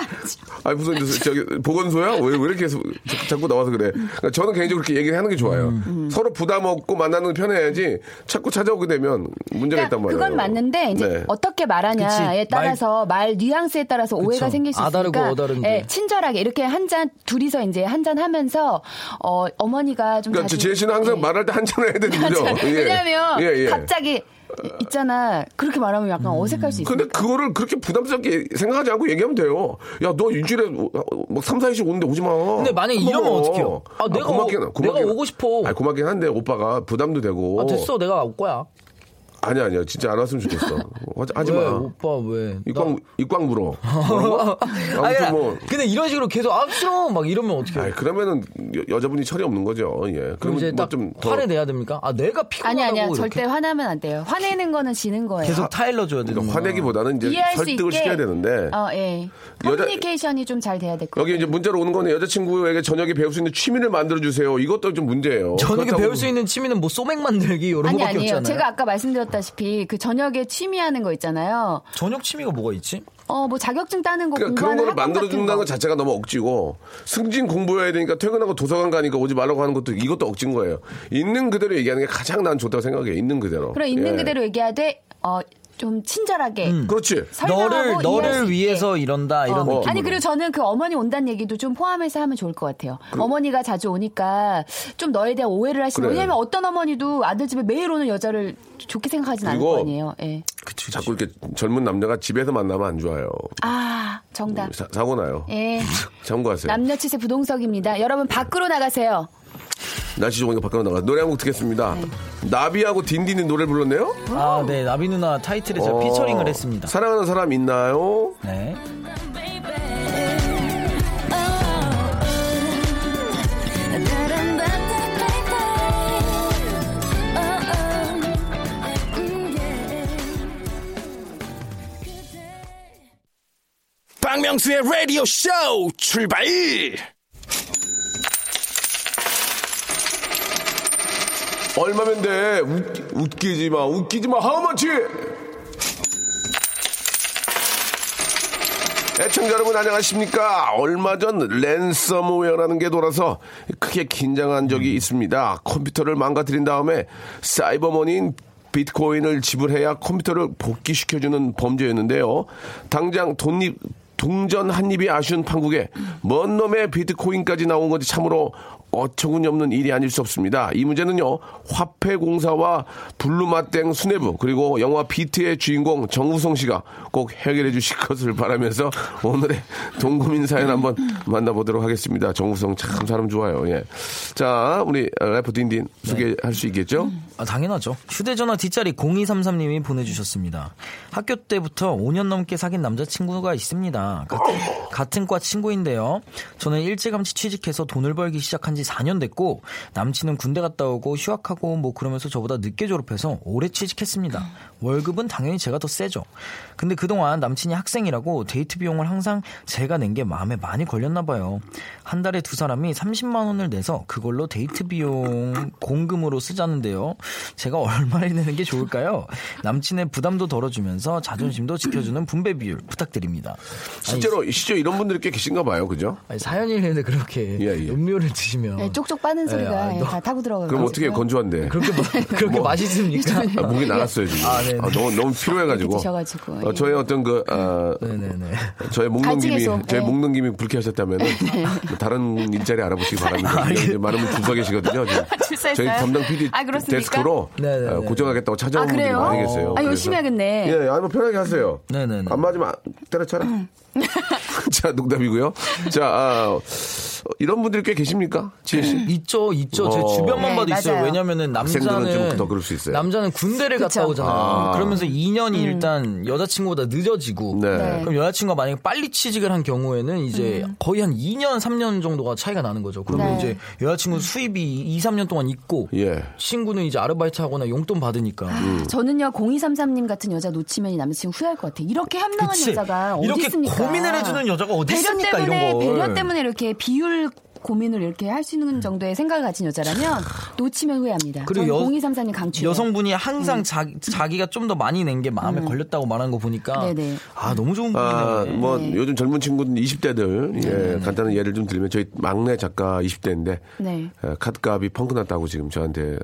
[SPEAKER 2] 아니 무슨 저기 보건소야 왜, 왜 이렇게 해서 자- 자꾸 나와서 그래 그러니까 저는 개인적으로 그렇게 얘기를 하는 게 좋아요
[SPEAKER 7] 음,
[SPEAKER 2] 서로 부담 없고 만나는 게 편해야지 자꾸 찾아오게 되면 문제가 있단 말이에요
[SPEAKER 7] 그러니까 그건 맞는데 이제
[SPEAKER 2] 네.
[SPEAKER 7] 어떻게 말하냐에
[SPEAKER 6] 그치.
[SPEAKER 7] 따라서 말, 뉘앙스에 따라서 오해가
[SPEAKER 6] 그쵸.
[SPEAKER 7] 생길 수
[SPEAKER 6] 아다르고
[SPEAKER 7] 있으니까
[SPEAKER 6] 어다른데.
[SPEAKER 7] 예, 친절하게 이렇게 한 잔 둘이서 이제 한 잔 하면서 어, 어머니가 좀
[SPEAKER 2] 그러니까
[SPEAKER 7] 자주-
[SPEAKER 2] 제 씨는 항상
[SPEAKER 7] 예.
[SPEAKER 2] 말할 때 한잔을 해야 되는 거죠 예.
[SPEAKER 7] 왜냐하면
[SPEAKER 2] 예, 예.
[SPEAKER 7] 갑자기 이- 있잖아 그렇게 말하면 약간
[SPEAKER 6] 음.
[SPEAKER 7] 어색할 수 있어.
[SPEAKER 2] 근데 그거를 그렇게 부담스럽게 생각하지 않고 얘기하면 돼요. 야, 너 일주일에 막 3, 4일씩 오는데 오지 마.
[SPEAKER 6] 근데 만약에 이러면
[SPEAKER 2] 고마워.
[SPEAKER 6] 어떡해요? 아, 내가
[SPEAKER 2] 고맙긴,
[SPEAKER 6] 오-
[SPEAKER 2] 하-
[SPEAKER 6] 내가
[SPEAKER 2] 고맙긴 하-
[SPEAKER 6] 오고 싶어.
[SPEAKER 2] 아니, 고맙긴 한데 오빠가 부담도 되고.
[SPEAKER 6] 아 됐어 내가 올 거야.
[SPEAKER 2] 아니, 아니야. 진짜 안 왔으면 좋겠어. 하지, 하지
[SPEAKER 6] 왜
[SPEAKER 2] 마.
[SPEAKER 6] 오빠 왜?
[SPEAKER 2] 입광, 입광 물어.
[SPEAKER 6] 아니, 그러니까
[SPEAKER 2] 아무튼 뭐.
[SPEAKER 6] 근데 이런 식으로 계속 아 싫어 막 이러면 어떻게?
[SPEAKER 2] 아이,
[SPEAKER 6] 해요?
[SPEAKER 2] 그러면은 여, 자분이 철이 없는 거죠. 예.
[SPEAKER 6] 그럼 이제 딱
[SPEAKER 2] 뭐좀더
[SPEAKER 6] 화를 내야 됩니까? 아 내가 피곤하다고
[SPEAKER 7] 아니 아니야
[SPEAKER 6] 이렇게
[SPEAKER 7] 절대 화나면 안 돼요. 화내는 거는 지는 거예요.
[SPEAKER 6] 계속 타일러 줘야 되는
[SPEAKER 2] 음. 화내기보다는 뭐 이제
[SPEAKER 7] 이해할 수
[SPEAKER 2] 설득을
[SPEAKER 7] 있게
[SPEAKER 2] 시켜야 되는데.
[SPEAKER 7] 어, 예.
[SPEAKER 2] 여자-
[SPEAKER 7] 커뮤니케이션이 좀 잘 돼야 될 것 같아요.
[SPEAKER 2] 여기 이제 문자로 오는 거는 여자친구에게 저녁에 배울 수 있는 취미를 만들어 주세요. 이것도 좀 문제예요.
[SPEAKER 6] 저녁에
[SPEAKER 2] 그렇다고
[SPEAKER 6] 배울 수 있는 취미는 뭐 소맥 만들기 이런
[SPEAKER 7] 아니
[SPEAKER 6] 거밖에
[SPEAKER 7] 아니에요.
[SPEAKER 6] 없잖아요.
[SPEAKER 7] 제가 아까 말씀드렸다시피 그 저녁에 취미하는 거 있잖아요.
[SPEAKER 6] 저녁 취미가 뭐가 있지?
[SPEAKER 7] 어 뭐 자격증 따는 거
[SPEAKER 2] 그러니까 그런
[SPEAKER 7] 공부하는
[SPEAKER 2] 거를
[SPEAKER 7] 학원
[SPEAKER 2] 만들어
[SPEAKER 7] 같은
[SPEAKER 2] 준다는
[SPEAKER 7] 거.
[SPEAKER 2] 것 자체가 너무 억지고 승진 공부해야 되니까 퇴근하고 도서관 가니까 오지 말라고 하는 것도 이것도 억지인 거예요. 있는 그대로 얘기하는 게 가장 난 좋다고 생각해요. 있는 그대로.
[SPEAKER 7] 그럼 있는
[SPEAKER 2] 예. 음.
[SPEAKER 7] 그대로 얘기하되 어 좀 친절하게
[SPEAKER 2] 그렇지.
[SPEAKER 6] 너를
[SPEAKER 7] 설명하고 이해할 수
[SPEAKER 6] 너를
[SPEAKER 7] 있게.
[SPEAKER 6] 위해서 이런다 이런
[SPEAKER 7] 어.
[SPEAKER 6] 느낌.
[SPEAKER 7] 아니 그리고 저는 그 어머니 온다는 얘기도 좀 포함해서 하면 좋을 것 같아요. 어머니가 자주 오니까 좀 너에 대한 오해를 하시면
[SPEAKER 2] 그 그래.
[SPEAKER 7] 왜냐면 어떤 어머니도 아들 집에 매일 오는 여자를 좋게 생각하진 않을
[SPEAKER 2] 그리고
[SPEAKER 7] 거 아니에요. 예.
[SPEAKER 2] 자꾸 이렇게 젊은 남자가 집에서 만나면 안 좋아요.
[SPEAKER 7] 아 정답.
[SPEAKER 2] 사, 사고 나요.
[SPEAKER 7] 예.
[SPEAKER 2] 참고하세요.
[SPEAKER 7] 남녀치세 부동석입니다. 여러분 밖으로 나가세요.
[SPEAKER 2] 날씨 좋으니까 밖으로 나가. 노래 한 곡 듣겠습니다.
[SPEAKER 7] 네.
[SPEAKER 2] 나비하고 딘딘이 노래 불렀네요.
[SPEAKER 7] 어,
[SPEAKER 6] 아, 네. 나비 누나 타이틀에 제가
[SPEAKER 2] 어,
[SPEAKER 6] 피처링을 했습니다.
[SPEAKER 2] 사랑하는 사람 있나요?
[SPEAKER 6] 네.
[SPEAKER 5] 박명수의 라디오 쇼 출발!
[SPEAKER 2] 얼마면 돼? 웃, 기지 마, 웃기지 마, how much? 애청자 여러분 안녕하십니까? 얼마 전 랜섬웨어라는 게 돌아서 크게 긴장한 적이 있습니다. 컴퓨터를 망가뜨린 다음에 사이버머니인 비트코인을 지불해야 컴퓨터를 복귀시켜주는 범죄였는데요. 당장 돈입 동전 한 입이 아쉬운 판국에 먼 놈의 비트코인까지 나온 건지 참으로 어처구니없는 일이 아닐 수 없습니다. 이 문제는요 화폐공사와 블루마땡 수뇌부 그리고 영화 비트의 주인공 정우성 씨가 꼭 해결해 주실 것을 바라면서 오늘의 동구민 사연 한번 만나보도록 하겠습니다. 정우성 참 사람 좋아요. 예. 자 우리 래퍼 딘딘 소개할 수 있겠죠?
[SPEAKER 6] 아, 당연하죠. 휴대전화 뒷자리 0233님이 보내주셨습니다. 학교 때부터 5년 넘게 사귄 남자친구가 있습니다. 같은, 같은 과 친구인데요. 저는 일찌감치 취직해서 돈을 벌기 시작한 지 4년 됐고, 남친은 군대 갔다 오고 휴학하고 뭐 그러면서 저보다 늦게 졸업해서 오래 취직했습니다. 월급은 당연히 제가 더 세죠. 근데 그동안 남친이 학생이라고 데이트 비용을 항상 제가 낸 게 마음에 많이 걸렸나 봐요. 한 달에 두 사람이 30만 원을 내서 그걸로 데이트 비용 공금으로 쓰자는데요. 제가 얼마를 내는 게 좋을까요? 남친의 부담도 덜어주면서 자존심도 지켜주는 분배 비율 부탁드립니다.
[SPEAKER 2] 실제로 실제로 이런 분들이 꽤 계신가 봐요, 그죠?
[SPEAKER 6] 아니, 사연이 있는데 그렇게
[SPEAKER 2] 예, 예.
[SPEAKER 6] 음료를 드시면
[SPEAKER 7] 예, 쪽쪽 빠는 소리가 예, 다 타고 들어가고.
[SPEAKER 2] 아, 그럼 어떻게 건조한데?
[SPEAKER 6] 그렇게 마-
[SPEAKER 2] 뭐.
[SPEAKER 6] 그렇게 맛있습니까?
[SPEAKER 2] 아, 목이 나갔어요 지금.
[SPEAKER 6] 아, 네네.
[SPEAKER 2] 아, 너무 너무 필요해가지고.
[SPEAKER 7] 드셔가지고,
[SPEAKER 2] 어,
[SPEAKER 7] 예.
[SPEAKER 2] 저의 어떤 그 아,
[SPEAKER 6] 네네네.
[SPEAKER 2] 저의 목넘김이
[SPEAKER 7] 갈증에서,
[SPEAKER 2] 저의
[SPEAKER 7] 예. 네.
[SPEAKER 2] 목넘김이 불쾌하셨다면 다른 일자리 알아보시기 바랍니다. 이제 많은 분줄 서 계시거든요. 지금.
[SPEAKER 7] 출사했어요?
[SPEAKER 2] 저희 담당 PD
[SPEAKER 7] 아, 그렇습니까?
[SPEAKER 2] 데스크로
[SPEAKER 6] 네네네.
[SPEAKER 2] 어, 고정하겠다고 찾아온
[SPEAKER 7] 아,
[SPEAKER 2] 분들이
[SPEAKER 7] 그래요?
[SPEAKER 2] 많이 계세요.
[SPEAKER 7] 아, 열심히 하겠네.
[SPEAKER 2] 예, 아니 뭐 편하게 하세요.
[SPEAKER 6] 네네네.
[SPEAKER 2] 안 맞으면 안- 때려쳐라.
[SPEAKER 7] 음.
[SPEAKER 2] 자, 농담이고요. 자, 아, 이런 분들이 꽤 계십니까, 지혜 씨?
[SPEAKER 7] 음.
[SPEAKER 6] 있죠, 있죠. 제
[SPEAKER 2] 어.
[SPEAKER 6] 주변만
[SPEAKER 7] 네,
[SPEAKER 6] 봐도 있어요.
[SPEAKER 7] 맞아요.
[SPEAKER 6] 왜냐면은
[SPEAKER 2] 학생들은
[SPEAKER 6] 남자는
[SPEAKER 2] 좀더 그럴 수 있어요.
[SPEAKER 6] 남자는 군대를 갔다
[SPEAKER 7] 그쵸. 음.
[SPEAKER 6] 오잖아요.
[SPEAKER 2] 아.
[SPEAKER 6] 그러면서 2년이 일단 여자친구보다 늦어지고.
[SPEAKER 2] 네.
[SPEAKER 7] 네.
[SPEAKER 6] 그럼 여자친구가 만약에 빨리 취직을 한 경우에는 이제 거의 한 2년, 3년 정도가 차이가 나는 거죠. 그러면
[SPEAKER 7] 음. 네.
[SPEAKER 6] 이제 여자친구 수입이 2, 3년 동안 있고
[SPEAKER 2] 예.
[SPEAKER 6] 친구는 이제 아르바이트 하거나 용돈 받으니까.
[SPEAKER 7] 아,
[SPEAKER 2] 음.
[SPEAKER 7] 저는요 0233님 같은 여자 놓치면 이 남자친구 후회할 것 같아. 요 이렇게 합당한
[SPEAKER 6] 그치.
[SPEAKER 7] 여자가 어디
[SPEAKER 6] 이렇게
[SPEAKER 7] 있습니까?
[SPEAKER 6] 고민을 해주는 여자가 어디
[SPEAKER 7] 배려
[SPEAKER 6] 있습니까, 이런 예.
[SPEAKER 7] 때문에
[SPEAKER 6] 걸.
[SPEAKER 7] 배려 때문에 이렇게 비율 고민을 이렇게 할 수 있는 정도의 생각을 가진 여자라면 놓치면 후회합니다. 저는 0233님 강추.
[SPEAKER 6] 여성분이
[SPEAKER 7] 음.
[SPEAKER 6] 항상 자, 기가 좀 더 많이 낸 게 마음에 걸렸다고 말하는 거 보니까
[SPEAKER 7] 네네.
[SPEAKER 6] 아 너무 좋은
[SPEAKER 2] 아,
[SPEAKER 6] 분이네.
[SPEAKER 2] 뭐 요즘 젊은 친구들 20대들 예, 간단한 예를 좀 들면 저희 막내 작가 20대인데 어,
[SPEAKER 7] 네.
[SPEAKER 2] 갓값이 펑크 났다고 지금 저한테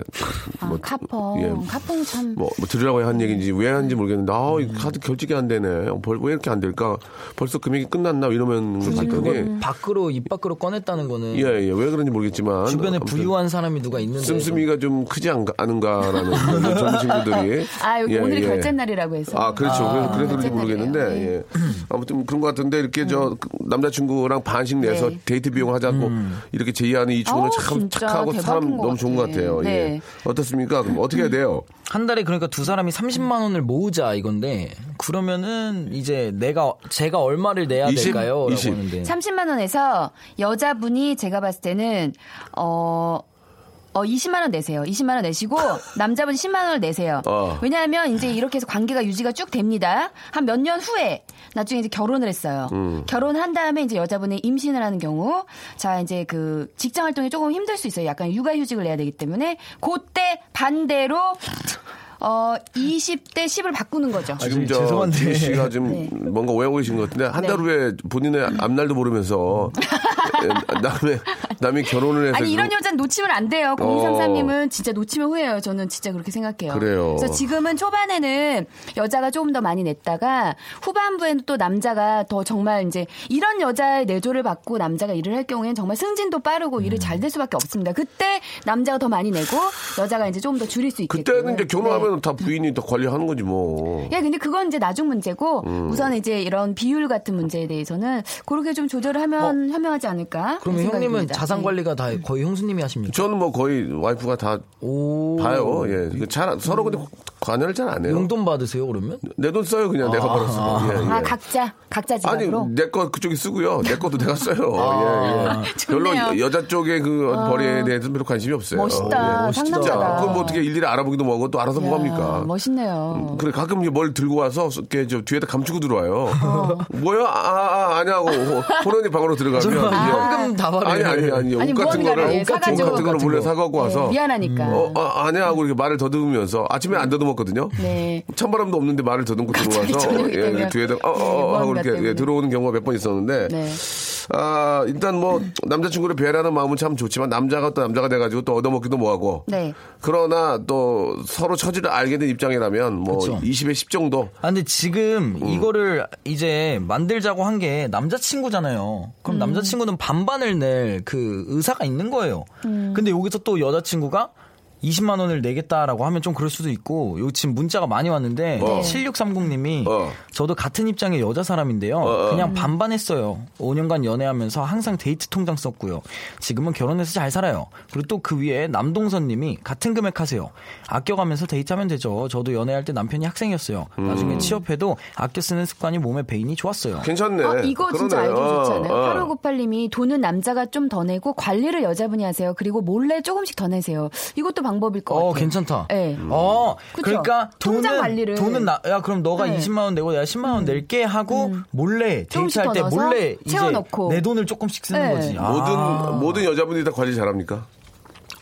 [SPEAKER 7] 아, 카펑. 카펑 참.
[SPEAKER 2] 뭐, 뭐 들으라고 한 얘기인지 왜 하는지 모르겠는데 아, 이 카드 결제가 안 되네. 어, 벌, 왜 이렇게 안 될까? 벌써 금액이 끝났나 이러면 봤더니
[SPEAKER 6] 그걸 밖으로 입 밖으로 꺼냈다는 거는
[SPEAKER 2] 예, 예. 왜 그런지 모르겠지만
[SPEAKER 6] 주변에
[SPEAKER 2] 아무튼
[SPEAKER 6] 부유한 사람이 누가 있는데
[SPEAKER 2] 씀씀이가 좀 크지 않- 않은가라는 그런 젊은 친구들이
[SPEAKER 7] 아 여기
[SPEAKER 2] 예,
[SPEAKER 7] 오늘이
[SPEAKER 2] 예.
[SPEAKER 7] 결제 날이라고 해서.
[SPEAKER 2] 아, 그렇죠. 그래서, 그래서 그런지
[SPEAKER 7] 괜찮네요. 음.
[SPEAKER 2] 모르겠는데, 예. 아무튼 그런 것 같은데, 이렇게 저그 남자친구랑 반씩 내서
[SPEAKER 7] 네.
[SPEAKER 2] 데이트 비용 하자고
[SPEAKER 6] 음.
[SPEAKER 2] 이렇게 제의하는 이 친구는
[SPEAKER 7] 어우,
[SPEAKER 2] 참
[SPEAKER 7] 진짜
[SPEAKER 2] 착하고
[SPEAKER 7] 대박인
[SPEAKER 2] 사람
[SPEAKER 7] 것
[SPEAKER 2] 너무 좋은 것
[SPEAKER 7] 같아.
[SPEAKER 2] 같아요. 예.
[SPEAKER 7] 네.
[SPEAKER 2] 어떻습니까? 그럼 어떻게 해야 돼요?
[SPEAKER 6] 한 달에 그러니까 두 사람이 30만 원을 모으자 이건데 그러면은 이제 내가 제가 얼마를 내야
[SPEAKER 2] 20?
[SPEAKER 6] 될까요? 라고
[SPEAKER 2] 20.
[SPEAKER 6] 하는데
[SPEAKER 7] 30만 원에서 여자분이 제가 봤을 때는 어. 어 20만 원 내세요. 20만 원 내시고 남자분 10만 원을 내세요.
[SPEAKER 2] 어.
[SPEAKER 7] 왜냐하면 이제 이렇게 해서 관계가 유지가 쭉 됩니다. 한 몇 년 후에 나중에 이제 결혼을 했어요. 결혼한 다음에 이제 여자분이 임신을 하는 경우 자 이제 그 직장 활동이 조금 힘들 수 있어요. 약간 육아 휴직을 해야 되기 때문에 그때 반대로 어, 20대 10을 바꾸는 거죠.
[SPEAKER 2] 지금
[SPEAKER 6] 아니,
[SPEAKER 2] 저
[SPEAKER 6] 죄송한데.
[SPEAKER 2] 지희 씨가 지금
[SPEAKER 7] 네.
[SPEAKER 2] 뭔가 오해하고 계신 것 같은데 한 달
[SPEAKER 7] 네.
[SPEAKER 2] 후에 본인의 앞날도 모르면서 에, 남의 남이 결혼을 해서 어.
[SPEAKER 7] 아니 이런
[SPEAKER 2] 그거-
[SPEAKER 7] 여자는 놓치면 안 돼요. 0233님은 진짜 놓치면 후회해요. 저는 진짜 그렇게 생각해요.
[SPEAKER 2] 그래요.
[SPEAKER 7] 서 지금은 초반에는 여자가 조금 더 많이 냈다가 후반부에는 또 남자가 더 정말 이제 이런 여자의 내조를 받고 남자가 일을 할 경우에는 정말 승진도 빠르고
[SPEAKER 2] 음.
[SPEAKER 7] 일을 잘 될 수밖에 없습니다. 그때 남자가 더 많이 내고 여자가 이제 조금 더 줄일 수 있게.
[SPEAKER 2] 그때는 이제 결혼하면 다 부인이 다 관리하는 거지 뭐.
[SPEAKER 7] 예, 근데 그건 이제 나중 문제고
[SPEAKER 2] 음.
[SPEAKER 7] 우선 이제 이런 비율 같은 문제에 대해서는 그렇게 좀 조절을 하면
[SPEAKER 2] 어.
[SPEAKER 7] 현명하지 않을까?
[SPEAKER 6] 그럼
[SPEAKER 7] 생각이
[SPEAKER 6] 형님은
[SPEAKER 7] 듭니다.
[SPEAKER 6] 자산
[SPEAKER 7] 네.
[SPEAKER 6] 관리가 다 거의 형수님이 하십니까?
[SPEAKER 2] 저는 뭐 거의 와이프가 다
[SPEAKER 6] 오.
[SPEAKER 2] 봐요. 예, 그잘 서로 근데 관여를 잘 안 해요.
[SPEAKER 6] 용돈 받으세요 그러면?
[SPEAKER 2] 내 돈 써요 그냥 내가 벌었어. 예, 예.
[SPEAKER 7] 아 각자 각자
[SPEAKER 2] 아니
[SPEAKER 7] 지갑으로.
[SPEAKER 2] 내 거 그쪽이 쓰고요. 내 것도 내가 써요.
[SPEAKER 6] 아.
[SPEAKER 2] 예, 예. 별로
[SPEAKER 7] 좋네요. 아.
[SPEAKER 2] 여- 여자 쪽의 그 벌에 대해서 별로 관심이 없어요. 예.
[SPEAKER 7] 멋있다. 상남자다.
[SPEAKER 2] 그건 뭐 어떻게 일일이 알아보기도 뭐하고 또 알아서 뭐 합니까? 음.
[SPEAKER 7] 멋있네요.
[SPEAKER 2] 그래 가끔 이제 뭘 들고 와서 이렇게 저 뒤에다 감추고 들어와요. 뭐야? 아, 아 아니하고 호련이 방으로 들어가면 예.
[SPEAKER 6] 현금 다 받아요.
[SPEAKER 2] 아니 아니 아니
[SPEAKER 7] 아니,
[SPEAKER 2] 옷 같은
[SPEAKER 7] 무언가를,
[SPEAKER 2] 거를
[SPEAKER 7] 예,
[SPEAKER 2] 옷 같은
[SPEAKER 7] 사가지고.
[SPEAKER 2] 거를 몰래 사갖고 와서
[SPEAKER 7] 네, 미안하니까.
[SPEAKER 2] 어 아, 아니야 하고 이렇게 말을 더듬으면서 아침에 안 더듬었거든요.
[SPEAKER 7] 네.
[SPEAKER 2] 찬바람도 없는데 말을 더듬고
[SPEAKER 7] 갑자기
[SPEAKER 2] 들어와서
[SPEAKER 7] 저녁이
[SPEAKER 2] 예,
[SPEAKER 7] 되면.
[SPEAKER 2] 뒤에다 어, 어,
[SPEAKER 7] 네,
[SPEAKER 2] 어 하고
[SPEAKER 7] 무언가
[SPEAKER 2] 이렇게 예,
[SPEAKER 7] 때문에.
[SPEAKER 2] 들어오는 경우가 몇 번 있었는데
[SPEAKER 7] 네.
[SPEAKER 2] 아 일단 뭐 남자친구를 배려하는 마음은 참 좋지만 남자가 또 남자가 돼가지고 또 얻어먹기도 뭐하고
[SPEAKER 7] 네.
[SPEAKER 2] 그러나 또 서로 처지를 알게 된 입장이라면 뭐
[SPEAKER 6] 그쵸.
[SPEAKER 2] 20에 10 정도
[SPEAKER 6] 아 근데 지금
[SPEAKER 2] 음.
[SPEAKER 6] 이거를 이제 만들자고 한 게 남자친구잖아요. 그럼 남자친구는 반반을 낼 그 의사가 있는 거예요. 근데 여기서 또 여자친구가 20만 원을 내겠다라고 하면 좀 그럴 수도 있고 여기 지금 문자가 많이 왔는데
[SPEAKER 2] 어.
[SPEAKER 6] 7630님이
[SPEAKER 2] 어.
[SPEAKER 6] 저도 같은 입장의 여자 사람인데요. 그냥 반반했어요. 5년간 연애하면서 항상 데이트 통장 썼고요. 지금은 결혼해서 잘 살아요. 그리고 또 그 위에 남동선님이 같은 금액 하세요. 아껴가면서 데이트하면 되죠. 저도 연애할 때 남편이 학생이었어요. 나중에 취업해도 아껴 쓰는 습관이 몸에 배인이 좋았어요.
[SPEAKER 2] 괜찮네.
[SPEAKER 7] 아, 이거 진짜
[SPEAKER 2] 그러네.
[SPEAKER 7] 알기
[SPEAKER 2] 어,
[SPEAKER 7] 좋잖아요.
[SPEAKER 2] 어.
[SPEAKER 7] 8598님이 돈은 남자가 좀 더 내고 관리를 여자분이 하세요. 그리고 몰래 조금씩 더 내세요. 이것도 방법일 것
[SPEAKER 6] 어,
[SPEAKER 7] 같아요.
[SPEAKER 6] 괜찮다.
[SPEAKER 7] 네.
[SPEAKER 6] 어,
[SPEAKER 7] 그쵸?
[SPEAKER 6] 그러니까
[SPEAKER 7] 통장
[SPEAKER 6] 돈은
[SPEAKER 7] 관리를.
[SPEAKER 6] 돈은 나, 야 그럼 너가
[SPEAKER 7] 네.
[SPEAKER 6] 20만 원 내고 내가 10만 원 낼게 하고 몰래
[SPEAKER 7] 조금씩
[SPEAKER 6] 데이트할
[SPEAKER 7] 더
[SPEAKER 6] 때
[SPEAKER 7] 넣어서
[SPEAKER 6] 몰래 이제
[SPEAKER 7] 채워넣고.
[SPEAKER 6] 내 돈을 조금씩 쓰는
[SPEAKER 7] 네.
[SPEAKER 6] 거지. 아,
[SPEAKER 2] 모든 모든 여자분들이 다 관리 잘합니까?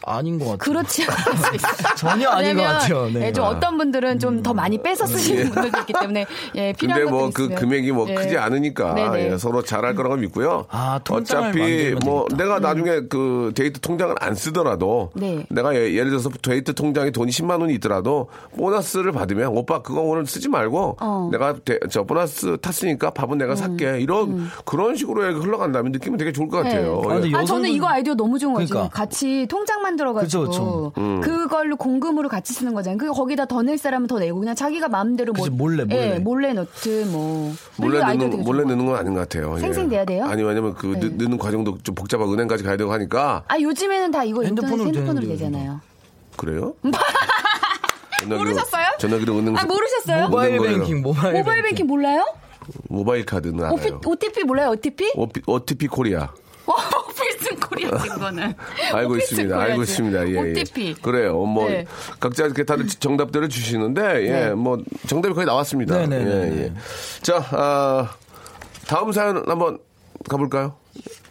[SPEAKER 6] 아닌 것 같아.
[SPEAKER 7] 그렇지 않을 수 있어요.
[SPEAKER 6] 전혀 아닌 것
[SPEAKER 7] 왜냐면,
[SPEAKER 6] 같아요. 네.
[SPEAKER 7] 예, 좀 어떤 분들은 좀 더 많이 빼서 쓰시는 분들도 있기 때문에 예, 필요한
[SPEAKER 2] 음. 근데 뭐
[SPEAKER 7] 것들이
[SPEAKER 2] 그
[SPEAKER 7] 있으면.
[SPEAKER 2] 금액이 뭐
[SPEAKER 7] 예.
[SPEAKER 2] 크지 않으니까
[SPEAKER 7] 네네.
[SPEAKER 2] 예, 서로 잘할 거라고 믿고요.
[SPEAKER 6] 아, 통장을
[SPEAKER 2] 어차피
[SPEAKER 6] 만들면
[SPEAKER 2] 뭐
[SPEAKER 6] 되겠다. 음.
[SPEAKER 2] 내가 나중에 그 데이트 통장을 안 쓰더라도
[SPEAKER 7] 네.
[SPEAKER 2] 내가 예, 예를 들어서 데이트 통장에 돈이 10만 원이 있더라도 보너스를 받으면 오빠 그거 오늘 쓰지 말고
[SPEAKER 7] 어. 음.
[SPEAKER 2] 내가 데- 저 보너스 탔으니까 밥은 내가 살게 이런 그런 식으로 흘러간다면 느낌은 되게 좋을 것 같아요.
[SPEAKER 6] 아, 근데
[SPEAKER 2] 예.
[SPEAKER 7] 아, 저는
[SPEAKER 6] 여성분-
[SPEAKER 7] 이거 아이디어 너무 좋은 거예요. 지금
[SPEAKER 6] 그러니까.
[SPEAKER 7] 같이 통장
[SPEAKER 6] 그쵸, 그쵸. 음.
[SPEAKER 7] 만들어가지고 그걸로 공금으로 같이 쓰는 거잖아요. 그 거기다 더 낼 사람은 더 내고 그냥 자기가 마음대로 뭐
[SPEAKER 6] 그치, 몰래, 몰래.
[SPEAKER 7] 예, 몰래 넣든 뭐
[SPEAKER 2] 몰래
[SPEAKER 7] 이거 아이디어 되게
[SPEAKER 2] 넣는 몰래
[SPEAKER 7] 좋은 것
[SPEAKER 2] 넣는 건 아닌 것 같아요. 예.
[SPEAKER 7] 생생내야 돼요? 네.
[SPEAKER 2] 아니 왜냐면 그 넣- 넣는 과정도 좀 복잡하고 은행까지 가야 되고 하니까
[SPEAKER 7] 아 요즘에는 다 이거 인터넷
[SPEAKER 6] 핸드폰으로
[SPEAKER 7] 핸드폰으로,
[SPEAKER 6] 되는데,
[SPEAKER 7] 되잖아요.
[SPEAKER 2] 그래요? 전화기로-
[SPEAKER 7] 모르셨어요?
[SPEAKER 2] 전화기로 은행
[SPEAKER 7] 아 모르셨어요?
[SPEAKER 2] 모바-
[SPEAKER 6] 모바일
[SPEAKER 2] 모든 거예요.
[SPEAKER 6] 뱅킹, 모바일,
[SPEAKER 7] 모바일 뱅킹 몰라요?
[SPEAKER 2] 모바일 카드는
[SPEAKER 7] OP,
[SPEAKER 2] 알아요.
[SPEAKER 7] OTP 몰라요? OTP?
[SPEAKER 2] 오피- OTP 코리아
[SPEAKER 7] 오피슨 코리아 친구는
[SPEAKER 2] 알고 있습니다. 알고 있습니다. 예, 예.
[SPEAKER 7] OTP.
[SPEAKER 2] 그래요. 뭐
[SPEAKER 7] 네.
[SPEAKER 2] 각자 이렇게 다들 정답들을 주시는데 예,
[SPEAKER 7] 네.
[SPEAKER 2] 뭐 정답이 거의 나왔습니다.
[SPEAKER 6] 네, 네, 네,
[SPEAKER 2] 예,
[SPEAKER 6] 네.
[SPEAKER 2] 예. 자, 아, 다음 사연 한번 가볼까요?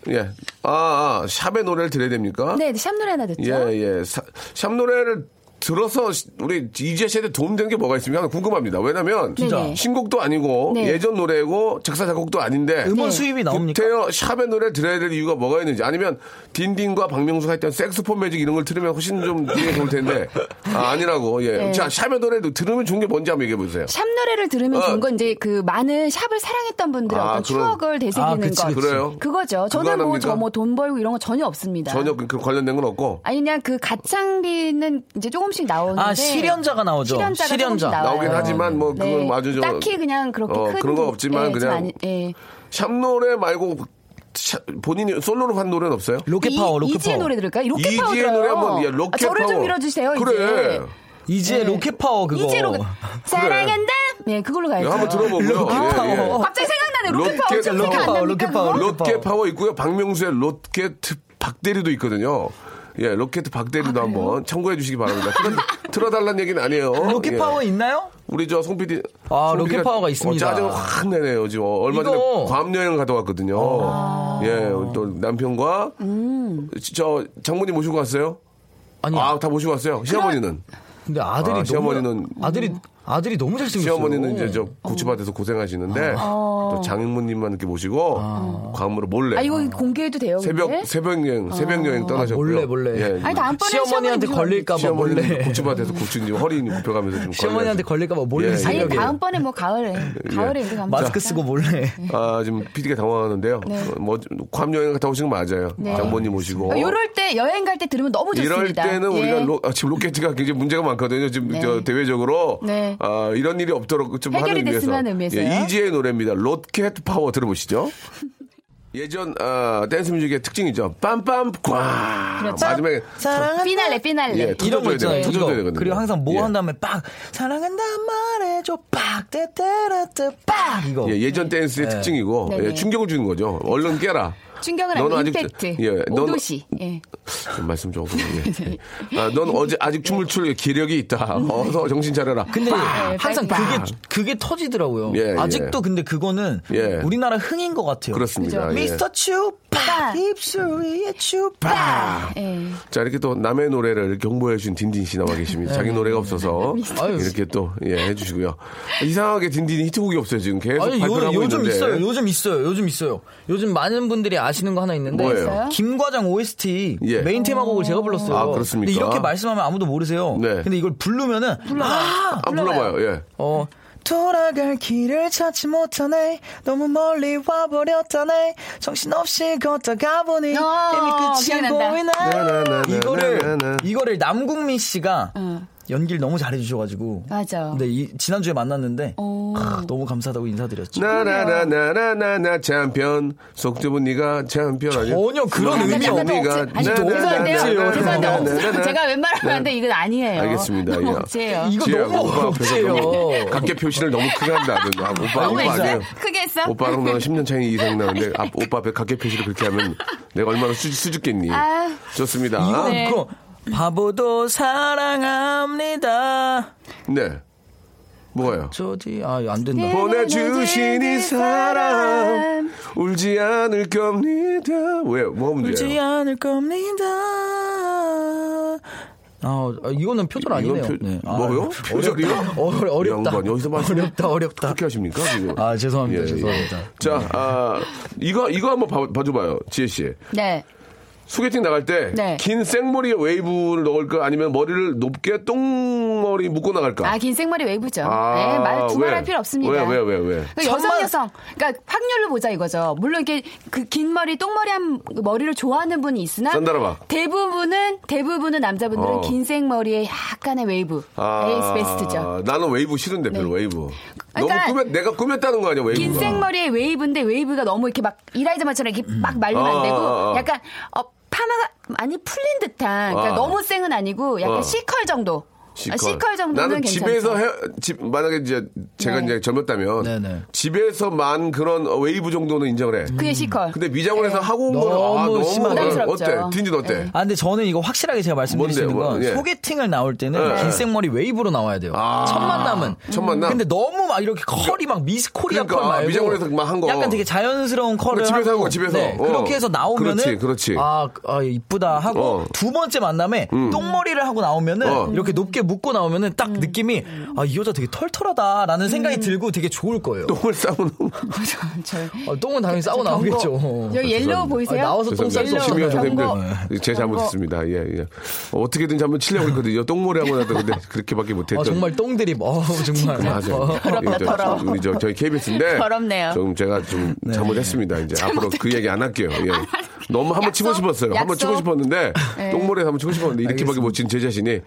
[SPEAKER 2] 예. 아, 아, 샵의 노래를 들어야 됩니까?
[SPEAKER 7] 네, 샵 노래 하나 듣죠.
[SPEAKER 2] 예, 예. 사- 샵 노래를 들어서 시- 우리 이재 씨한테 도움되는 게 뭐가 있습니까? 궁금합니다. 왜냐면
[SPEAKER 7] 네네.
[SPEAKER 2] 신곡도 아니고
[SPEAKER 7] 네.
[SPEAKER 2] 예전 노래고 작사 작곡도 아닌데
[SPEAKER 6] 그 음원
[SPEAKER 7] 네.
[SPEAKER 6] 수입이 나옵니까?
[SPEAKER 2] 그때요 샵의 노래 들어야 될 이유가 뭐가 있는지 아니면 딘딘과 박명수가 했던 섹스폰 매직 이런 걸 들으면 훨씬 좀 이해가 좋을 텐데 아, 니라고 예.
[SPEAKER 7] 네.
[SPEAKER 2] 자 샵의 노래 들으면 좋은 게 뭔지 한번 얘기해 보세요.
[SPEAKER 7] 샵 노래를 들으면
[SPEAKER 2] 아.
[SPEAKER 7] 좋은 건 이제 그 많은 샵을 사랑했던 분들의
[SPEAKER 2] 아,
[SPEAKER 7] 어떤
[SPEAKER 2] 그럼.
[SPEAKER 7] 추억을
[SPEAKER 6] 아,
[SPEAKER 7] 되새기는
[SPEAKER 6] 그치,
[SPEAKER 7] 것.
[SPEAKER 6] 그치.
[SPEAKER 2] 그래요?
[SPEAKER 7] 그거죠.
[SPEAKER 2] 그거
[SPEAKER 7] 저는 뭐
[SPEAKER 2] 하나입니까?
[SPEAKER 7] 저 뭐 돈 벌고 이런 거 전혀 없습니다.
[SPEAKER 2] 전혀 그, 그 관련된 건 없고
[SPEAKER 7] 아니 그냥 그 가창비는 이제 조금씩 나오는데
[SPEAKER 6] 아, 실현자가 나오죠.
[SPEAKER 7] 실현자가
[SPEAKER 6] 실현자.
[SPEAKER 7] 조금씩 나와요.
[SPEAKER 2] 나오긴 하지만 뭐 그건
[SPEAKER 7] 네.
[SPEAKER 2] 아주 저
[SPEAKER 7] 딱히 그냥 그렇게
[SPEAKER 2] 어,
[SPEAKER 7] 큰
[SPEAKER 2] 그런 거 없지만
[SPEAKER 7] 예, 좀
[SPEAKER 2] 그냥
[SPEAKER 7] 아니- 예.
[SPEAKER 2] 샵 노래 말고 샵- 본인이 솔로로 한 노래는 없어요?
[SPEAKER 6] 로켓파워,
[SPEAKER 7] 이- 이지의
[SPEAKER 6] 로켓파워.
[SPEAKER 7] 노래 들을까요? 로켓파워
[SPEAKER 2] 이지의
[SPEAKER 7] 들어요.
[SPEAKER 2] 노래 한번 야, 뭐, 예,
[SPEAKER 7] 아,
[SPEAKER 2] 로켓
[SPEAKER 7] 저를 좀
[SPEAKER 2] 파워.
[SPEAKER 7] 밀어주세요.
[SPEAKER 2] 그래.
[SPEAKER 7] 이제.
[SPEAKER 6] 이제
[SPEAKER 7] 네.
[SPEAKER 6] 로켓파워 그거.
[SPEAKER 7] 이제 로켓 사랑한다. 네, 그걸로
[SPEAKER 2] 야,
[SPEAKER 7] 가야죠.
[SPEAKER 2] 예, 한번 들어보고요.
[SPEAKER 6] 로켓파워.
[SPEAKER 2] 예, 예.
[SPEAKER 7] 갑자기 생각나네.
[SPEAKER 2] 로켓
[SPEAKER 7] 로켓파워 엄청 생각 안
[SPEAKER 6] 파워,
[SPEAKER 7] 납니까?
[SPEAKER 6] 로켓 파워,
[SPEAKER 7] 그거?
[SPEAKER 6] 로켓
[SPEAKER 2] 로켓 파워 있고요. 박명수의 로켓 박대리도 있거든요. 예, 로켓 박대리도 한번 참고해 주시기 바랍니다. 틀어, 달라는 얘기는 아니에요.
[SPEAKER 6] 로켓파워
[SPEAKER 2] 예.
[SPEAKER 6] 있나요?
[SPEAKER 2] 우리 저 송 PD.
[SPEAKER 6] 아,
[SPEAKER 2] 송
[SPEAKER 6] 로켓
[SPEAKER 2] PD가
[SPEAKER 6] 파워가
[SPEAKER 2] 어,
[SPEAKER 6] 있습니다.
[SPEAKER 2] 짜증 확 내네요. 지금 어, 얼마 전에
[SPEAKER 6] 이거.
[SPEAKER 2] 괌 여행 갔다 왔거든요. 예, 또 남편과 저 장모님 모시고 갔어요.
[SPEAKER 6] 아니,
[SPEAKER 2] 아, 다 모시고 갔어요. 시어머니는
[SPEAKER 6] 근데 아들이
[SPEAKER 2] 아,
[SPEAKER 6] 너무
[SPEAKER 2] 시어머니는-
[SPEAKER 6] 아들이 아들이 너무 잘생겼어요. 아.
[SPEAKER 2] 시어머니는 이제 저 고추밭에서 고생하시는데 또 장인모님만 이렇게 모시고 괌으로 몰래
[SPEAKER 7] 아, 이거 공개해도 돼요?
[SPEAKER 2] 새벽
[SPEAKER 7] 근데?
[SPEAKER 2] 새벽 여행 새벽 여행 떠나셨고요.
[SPEAKER 6] 아. 몰래, 몰래.
[SPEAKER 2] 예,
[SPEAKER 7] 아니, 다음번에
[SPEAKER 6] 시어머니한테
[SPEAKER 7] 시어머니
[SPEAKER 6] 걸릴까 봐
[SPEAKER 2] 시어머니는
[SPEAKER 6] 몰래.
[SPEAKER 2] 고추밭에서 고추 이제 허리 굽혀가면서 좀
[SPEAKER 6] 시어머니한테
[SPEAKER 2] 관리하시고.
[SPEAKER 6] 걸릴까 봐 몰래
[SPEAKER 2] 예, 예.
[SPEAKER 7] 아니,
[SPEAKER 6] 새벽에
[SPEAKER 7] 다음번에 뭐 가을에. 가을에 이제 가면
[SPEAKER 6] 마스크 쓰고 몰래.
[SPEAKER 2] 아 지금 PD가 당황하는데요.
[SPEAKER 6] 네.
[SPEAKER 2] 어, 뭐괌 여행 갔다 오신 거 맞아요. 장모님 모시고.
[SPEAKER 7] 이럴 때 여행 갈 때 들으면 너무
[SPEAKER 2] 어? 이럴
[SPEAKER 7] 좋습니다.
[SPEAKER 2] 때는
[SPEAKER 7] 예.
[SPEAKER 2] 우리가 로, 아, 지금 로켓트가 굉장히 문제가 많거든요. 지금
[SPEAKER 7] 네.
[SPEAKER 2] 저 대외적으로
[SPEAKER 7] 네.
[SPEAKER 2] 아, 이런 일이 없도록 좀
[SPEAKER 7] 해결이
[SPEAKER 2] 하는 위해서
[SPEAKER 7] 됐으면 의미에서요.
[SPEAKER 2] 예, 이지의 노래입니다. 로켓 파워 들어보시죠. 예전 아, 댄스 뮤직의 특징이죠. 빰빰 꽝
[SPEAKER 7] 그렇죠.
[SPEAKER 2] 마지막에
[SPEAKER 6] 사랑한다.
[SPEAKER 7] 피날레 피날레.
[SPEAKER 2] 예,
[SPEAKER 6] 이런 거
[SPEAKER 2] 터져줘야
[SPEAKER 6] 있잖아요.
[SPEAKER 2] 돼요. 터져줘야
[SPEAKER 6] 이거.
[SPEAKER 2] 되거든요.
[SPEAKER 6] 그리고 항상 뭐
[SPEAKER 2] 예.
[SPEAKER 6] 한 다음에 빡 사랑한다 말해줘 빡 떼떼라떼 빡 이거.
[SPEAKER 2] 예, 예전 댄스의 특징이고
[SPEAKER 7] 네네.
[SPEAKER 2] 예, 충격을 주는 거죠. 얼른 깨라.
[SPEAKER 7] 충격은
[SPEAKER 2] 너는
[SPEAKER 7] 아니고
[SPEAKER 2] 아직-
[SPEAKER 7] 임팩트.
[SPEAKER 2] 예, 넌-
[SPEAKER 7] 오도시. 네. 예.
[SPEAKER 2] 좀 말씀 조금. 예. 아, 넌 어제 아직
[SPEAKER 7] 네.
[SPEAKER 2] 춤을 출 기력이 있다. 어서 정신 차려라.
[SPEAKER 6] 근데 항상
[SPEAKER 7] 빡!
[SPEAKER 6] 그게 그게 터지더라고요.
[SPEAKER 2] 예, 예.
[SPEAKER 6] 아직도 근데 그거는
[SPEAKER 2] 예.
[SPEAKER 6] 우리나라 흥인 것 같아요.
[SPEAKER 2] 그렇습니다. 예.
[SPEAKER 6] 미스터 츄파
[SPEAKER 7] 빡!
[SPEAKER 6] 입술 위에
[SPEAKER 2] 아.
[SPEAKER 6] 츄파.
[SPEAKER 7] 예.
[SPEAKER 2] 자 이렇게 또 남의 노래를 경보해 주신 딘딘 씨 나와 계십니다. 자기 노래가 없어서
[SPEAKER 6] 아유.
[SPEAKER 2] 이렇게 또 예, 해주시고요. 이상하게 딘딘이 히트곡이 없어요 지금 계속
[SPEAKER 6] 아니 요,
[SPEAKER 2] 발표를 하고
[SPEAKER 6] 요즘
[SPEAKER 2] 있는데.
[SPEAKER 6] 있어요. 요즘 있어요. 요즘 있어요. 요즘 많은 분들이 아시는 거 하나 있는데
[SPEAKER 2] 뭐예요?
[SPEAKER 6] 김과장 OST
[SPEAKER 2] 예.
[SPEAKER 6] 메인 테마곡을 제가 불렀어요.
[SPEAKER 2] 아, 그렇습니까?
[SPEAKER 6] 근데 이렇게 말씀하면 아무도 모르세요.
[SPEAKER 2] 네.
[SPEAKER 6] 근데 이걸 부르면은 아,
[SPEAKER 2] 아, 불러봐요. 예.
[SPEAKER 6] 어 돌아갈 길을 찾지 못하네 너무 멀리 와버렸다네 정신없이 걷다가 보니
[SPEAKER 7] 어,
[SPEAKER 6] 이미 끝이
[SPEAKER 7] 기억난다.
[SPEAKER 6] 보이네 네,
[SPEAKER 2] 나나나나나나.
[SPEAKER 6] 이거를 이거를 남궁민 씨가
[SPEAKER 7] 어.
[SPEAKER 6] 연기를 너무 잘해주셔가지고
[SPEAKER 7] 맞아. 어.
[SPEAKER 6] 근데 이, 지난주에 만났는데
[SPEAKER 7] 오.
[SPEAKER 6] 아, 너무 감사하다고 인사드렸죠
[SPEAKER 2] 나나나나나나나 챔피언 속 좁은 네가 챔피언 아니야?
[SPEAKER 6] 전혀 그런
[SPEAKER 7] 약간
[SPEAKER 6] 의미
[SPEAKER 7] 약간 더
[SPEAKER 6] 없는
[SPEAKER 2] 언니가
[SPEAKER 7] 억지- 아니,
[SPEAKER 2] 네, 네,
[SPEAKER 7] 죄송한데요.
[SPEAKER 2] 네, 네,
[SPEAKER 7] 죄송한데
[SPEAKER 2] 네,
[SPEAKER 7] 억지-
[SPEAKER 2] 네, 네.
[SPEAKER 7] 제가 웬만하면 하는데 이건 아니에요.
[SPEAKER 2] 알겠습니다.
[SPEAKER 7] 너무
[SPEAKER 2] 예.
[SPEAKER 7] 억지예요.
[SPEAKER 6] 이거
[SPEAKER 2] 지혜야,
[SPEAKER 6] 너무
[SPEAKER 2] 오빠 앞에서 너무
[SPEAKER 6] 억지예요
[SPEAKER 2] 각계 표시를 너무 크게 한다. 너. 아, 오빠
[SPEAKER 7] 너무
[SPEAKER 2] 오빠
[SPEAKER 7] 했어?
[SPEAKER 2] 아니에요.
[SPEAKER 7] 크게 했어?
[SPEAKER 2] 오빠랑 나랑 10년 차이 이상 나는데 앞- 오빠 앞에 각계 표시를 그렇게 하면 내가 얼마나 수줍, 수줍겠니?
[SPEAKER 7] 아.
[SPEAKER 2] 좋습니다. 네.
[SPEAKER 6] 이거
[SPEAKER 7] 네.
[SPEAKER 6] 그거 바보도 사랑합니다
[SPEAKER 2] 네. 뭐가요?
[SPEAKER 6] 저지 아안 된다
[SPEAKER 2] 보내주신 이 사람 울지 않을 겁니다. 왜? 뭐가
[SPEAKER 6] 울지
[SPEAKER 2] 문제예요?
[SPEAKER 6] 않을 겁니다. 아, 아, 이거는 표절 아니네요.
[SPEAKER 2] 표-
[SPEAKER 6] 네. 아,
[SPEAKER 2] 뭐요? 표절이요?
[SPEAKER 6] 어렵, 어, 어렵다.
[SPEAKER 2] 양반, 여기서 말씀-
[SPEAKER 6] 어렵다, 어렵다.
[SPEAKER 2] 그렇게 하십니까 지금? 예,
[SPEAKER 6] 아, 죄송합니다, 죄송합니다. 네.
[SPEAKER 2] 자, 아, 이거 이거 한번 봐, 봐줘봐요, 지혜 씨.
[SPEAKER 7] 네.
[SPEAKER 2] 소개팅 나갈 때
[SPEAKER 7] 네.
[SPEAKER 2] 긴 생머리에 웨이브를 넣을까 아니면 머리를 높게 똥머리 묶고 나갈까?
[SPEAKER 7] 아, 긴 생머리 웨이브죠.
[SPEAKER 2] 아,
[SPEAKER 7] 네, 말
[SPEAKER 2] 왜?
[SPEAKER 7] 두말할 필요 없습니다.
[SPEAKER 2] 왜, 왜, 왜, 왜?
[SPEAKER 7] 그 여성
[SPEAKER 6] 천만-
[SPEAKER 7] 여성. 그러니까 확률로 보자 이거죠. 물론 이게 그 긴 머리, 똥머리 한 머리를 좋아하는 분이 있으나
[SPEAKER 2] 산다라박.
[SPEAKER 7] 대부분은 대부분은 남자분들은
[SPEAKER 2] 어. 아.
[SPEAKER 7] 긴 생머리에 약간의 웨이브. 에이스 그 베스트죠. 네.
[SPEAKER 2] 나는 웨이브 싫은데 별로 웨이브.
[SPEAKER 7] 그러니까-
[SPEAKER 2] 너무 꾸몄 내가 꾸몄다는 거 아니야 웨이브가?
[SPEAKER 7] 긴 생머리에 웨이브인데 웨이브가 너무 이렇게 막 이라이자마처럼 이렇게 막 말리면
[SPEAKER 2] 아,
[SPEAKER 7] 안
[SPEAKER 2] 아,
[SPEAKER 7] 되고
[SPEAKER 2] 아.
[SPEAKER 7] 약간 어 파마가 많이 풀린 듯한 그러니까
[SPEAKER 2] 아.
[SPEAKER 7] 너무 생은 아니고 약간
[SPEAKER 2] 어.
[SPEAKER 7] C컬 정도.
[SPEAKER 2] C컬.
[SPEAKER 7] C컬 아, 정도는
[SPEAKER 2] 나는
[SPEAKER 7] 괜찮죠.
[SPEAKER 2] 집에서 해, 집 만약에 이제 제가
[SPEAKER 7] 네.
[SPEAKER 2] 이제 젊었다면
[SPEAKER 6] 네네.
[SPEAKER 2] 집에서만 그런 웨이브 정도는 인정을 해.
[SPEAKER 7] 그게 C컬.
[SPEAKER 2] 근데 미장원에서
[SPEAKER 7] 네.
[SPEAKER 2] 하고 온 거는 아,
[SPEAKER 6] 너무
[SPEAKER 2] 너무
[SPEAKER 6] 심하다.
[SPEAKER 2] 어때?
[SPEAKER 7] 부담스럽죠. 네.
[SPEAKER 2] 딘진 어때?
[SPEAKER 6] 아, 근데 저는 이거 확실하게 제가 말씀드릴 수
[SPEAKER 2] 뭔데요?
[SPEAKER 6] 있는 건
[SPEAKER 2] 뭐, 예.
[SPEAKER 6] 소개팅을 나올 때는
[SPEAKER 2] 예.
[SPEAKER 6] 긴 생머리 웨이브로 나와야 돼요.
[SPEAKER 2] 아.
[SPEAKER 6] 첫 만남은.
[SPEAKER 2] 첫 만남?
[SPEAKER 6] 근데 너무 막 이렇게 컬이 막 미스 코리아
[SPEAKER 2] 그러니까,
[SPEAKER 6] 컬 말고
[SPEAKER 2] 미장원에서 막한 거.
[SPEAKER 6] 약간 되게 자연스러운 컬을
[SPEAKER 2] 집에서 한
[SPEAKER 6] 하고
[SPEAKER 2] 거, 집에서.
[SPEAKER 6] 네,
[SPEAKER 2] 어.
[SPEAKER 6] 그렇게 해서 나오면은
[SPEAKER 2] 그렇지, 그렇지.
[SPEAKER 6] 아, 아, 이쁘다 하고
[SPEAKER 2] 어. 음.
[SPEAKER 6] 두 번째 만남에 똥머리를 하고 나오면은
[SPEAKER 2] 어.
[SPEAKER 6] 이렇게 높게 묶고 나오면은 딱 느낌이 아, 이 여자 되게 털털하다라는 생각이 들고 되게 좋을 거예요.
[SPEAKER 2] 똥을 싸고 너무
[SPEAKER 7] 저-
[SPEAKER 6] 아, 똥은 당연히 싸고 나오겠죠.
[SPEAKER 7] 여기 옐로우 보이세요?
[SPEAKER 6] 아, 나와서 똥 쌀 수
[SPEAKER 7] 죄송합니다.
[SPEAKER 2] 심의원
[SPEAKER 7] 없잖아요.
[SPEAKER 2] 선생님들 그
[SPEAKER 7] 경고.
[SPEAKER 2] 제 잘못했습니다. 예, 예. 어떻게든지 한번 치려고 했거든요. 똥머리 하고 나도 근데 그렇게밖에
[SPEAKER 6] 아,
[SPEAKER 2] 못했던.
[SPEAKER 6] 정말 똥드립. 어, 정말.
[SPEAKER 2] 맞아요.
[SPEAKER 7] 어. 더럽다,
[SPEAKER 2] 예, 저-
[SPEAKER 7] 더러워.
[SPEAKER 2] 우리 저, 저희 KBS인데.
[SPEAKER 7] 더럽네요.
[SPEAKER 2] 좀 제가 좀 잘못했습니다. 이제 앞으로 그 얘기 안 할게요. 예. 너무 한번 치고
[SPEAKER 7] 약속,
[SPEAKER 2] 싶었어요. 한번
[SPEAKER 7] 약속. 네.
[SPEAKER 2] 치고 싶었는데 똥머리 한번 치고 싶었는데 이렇게밖에 못 친 제 자신이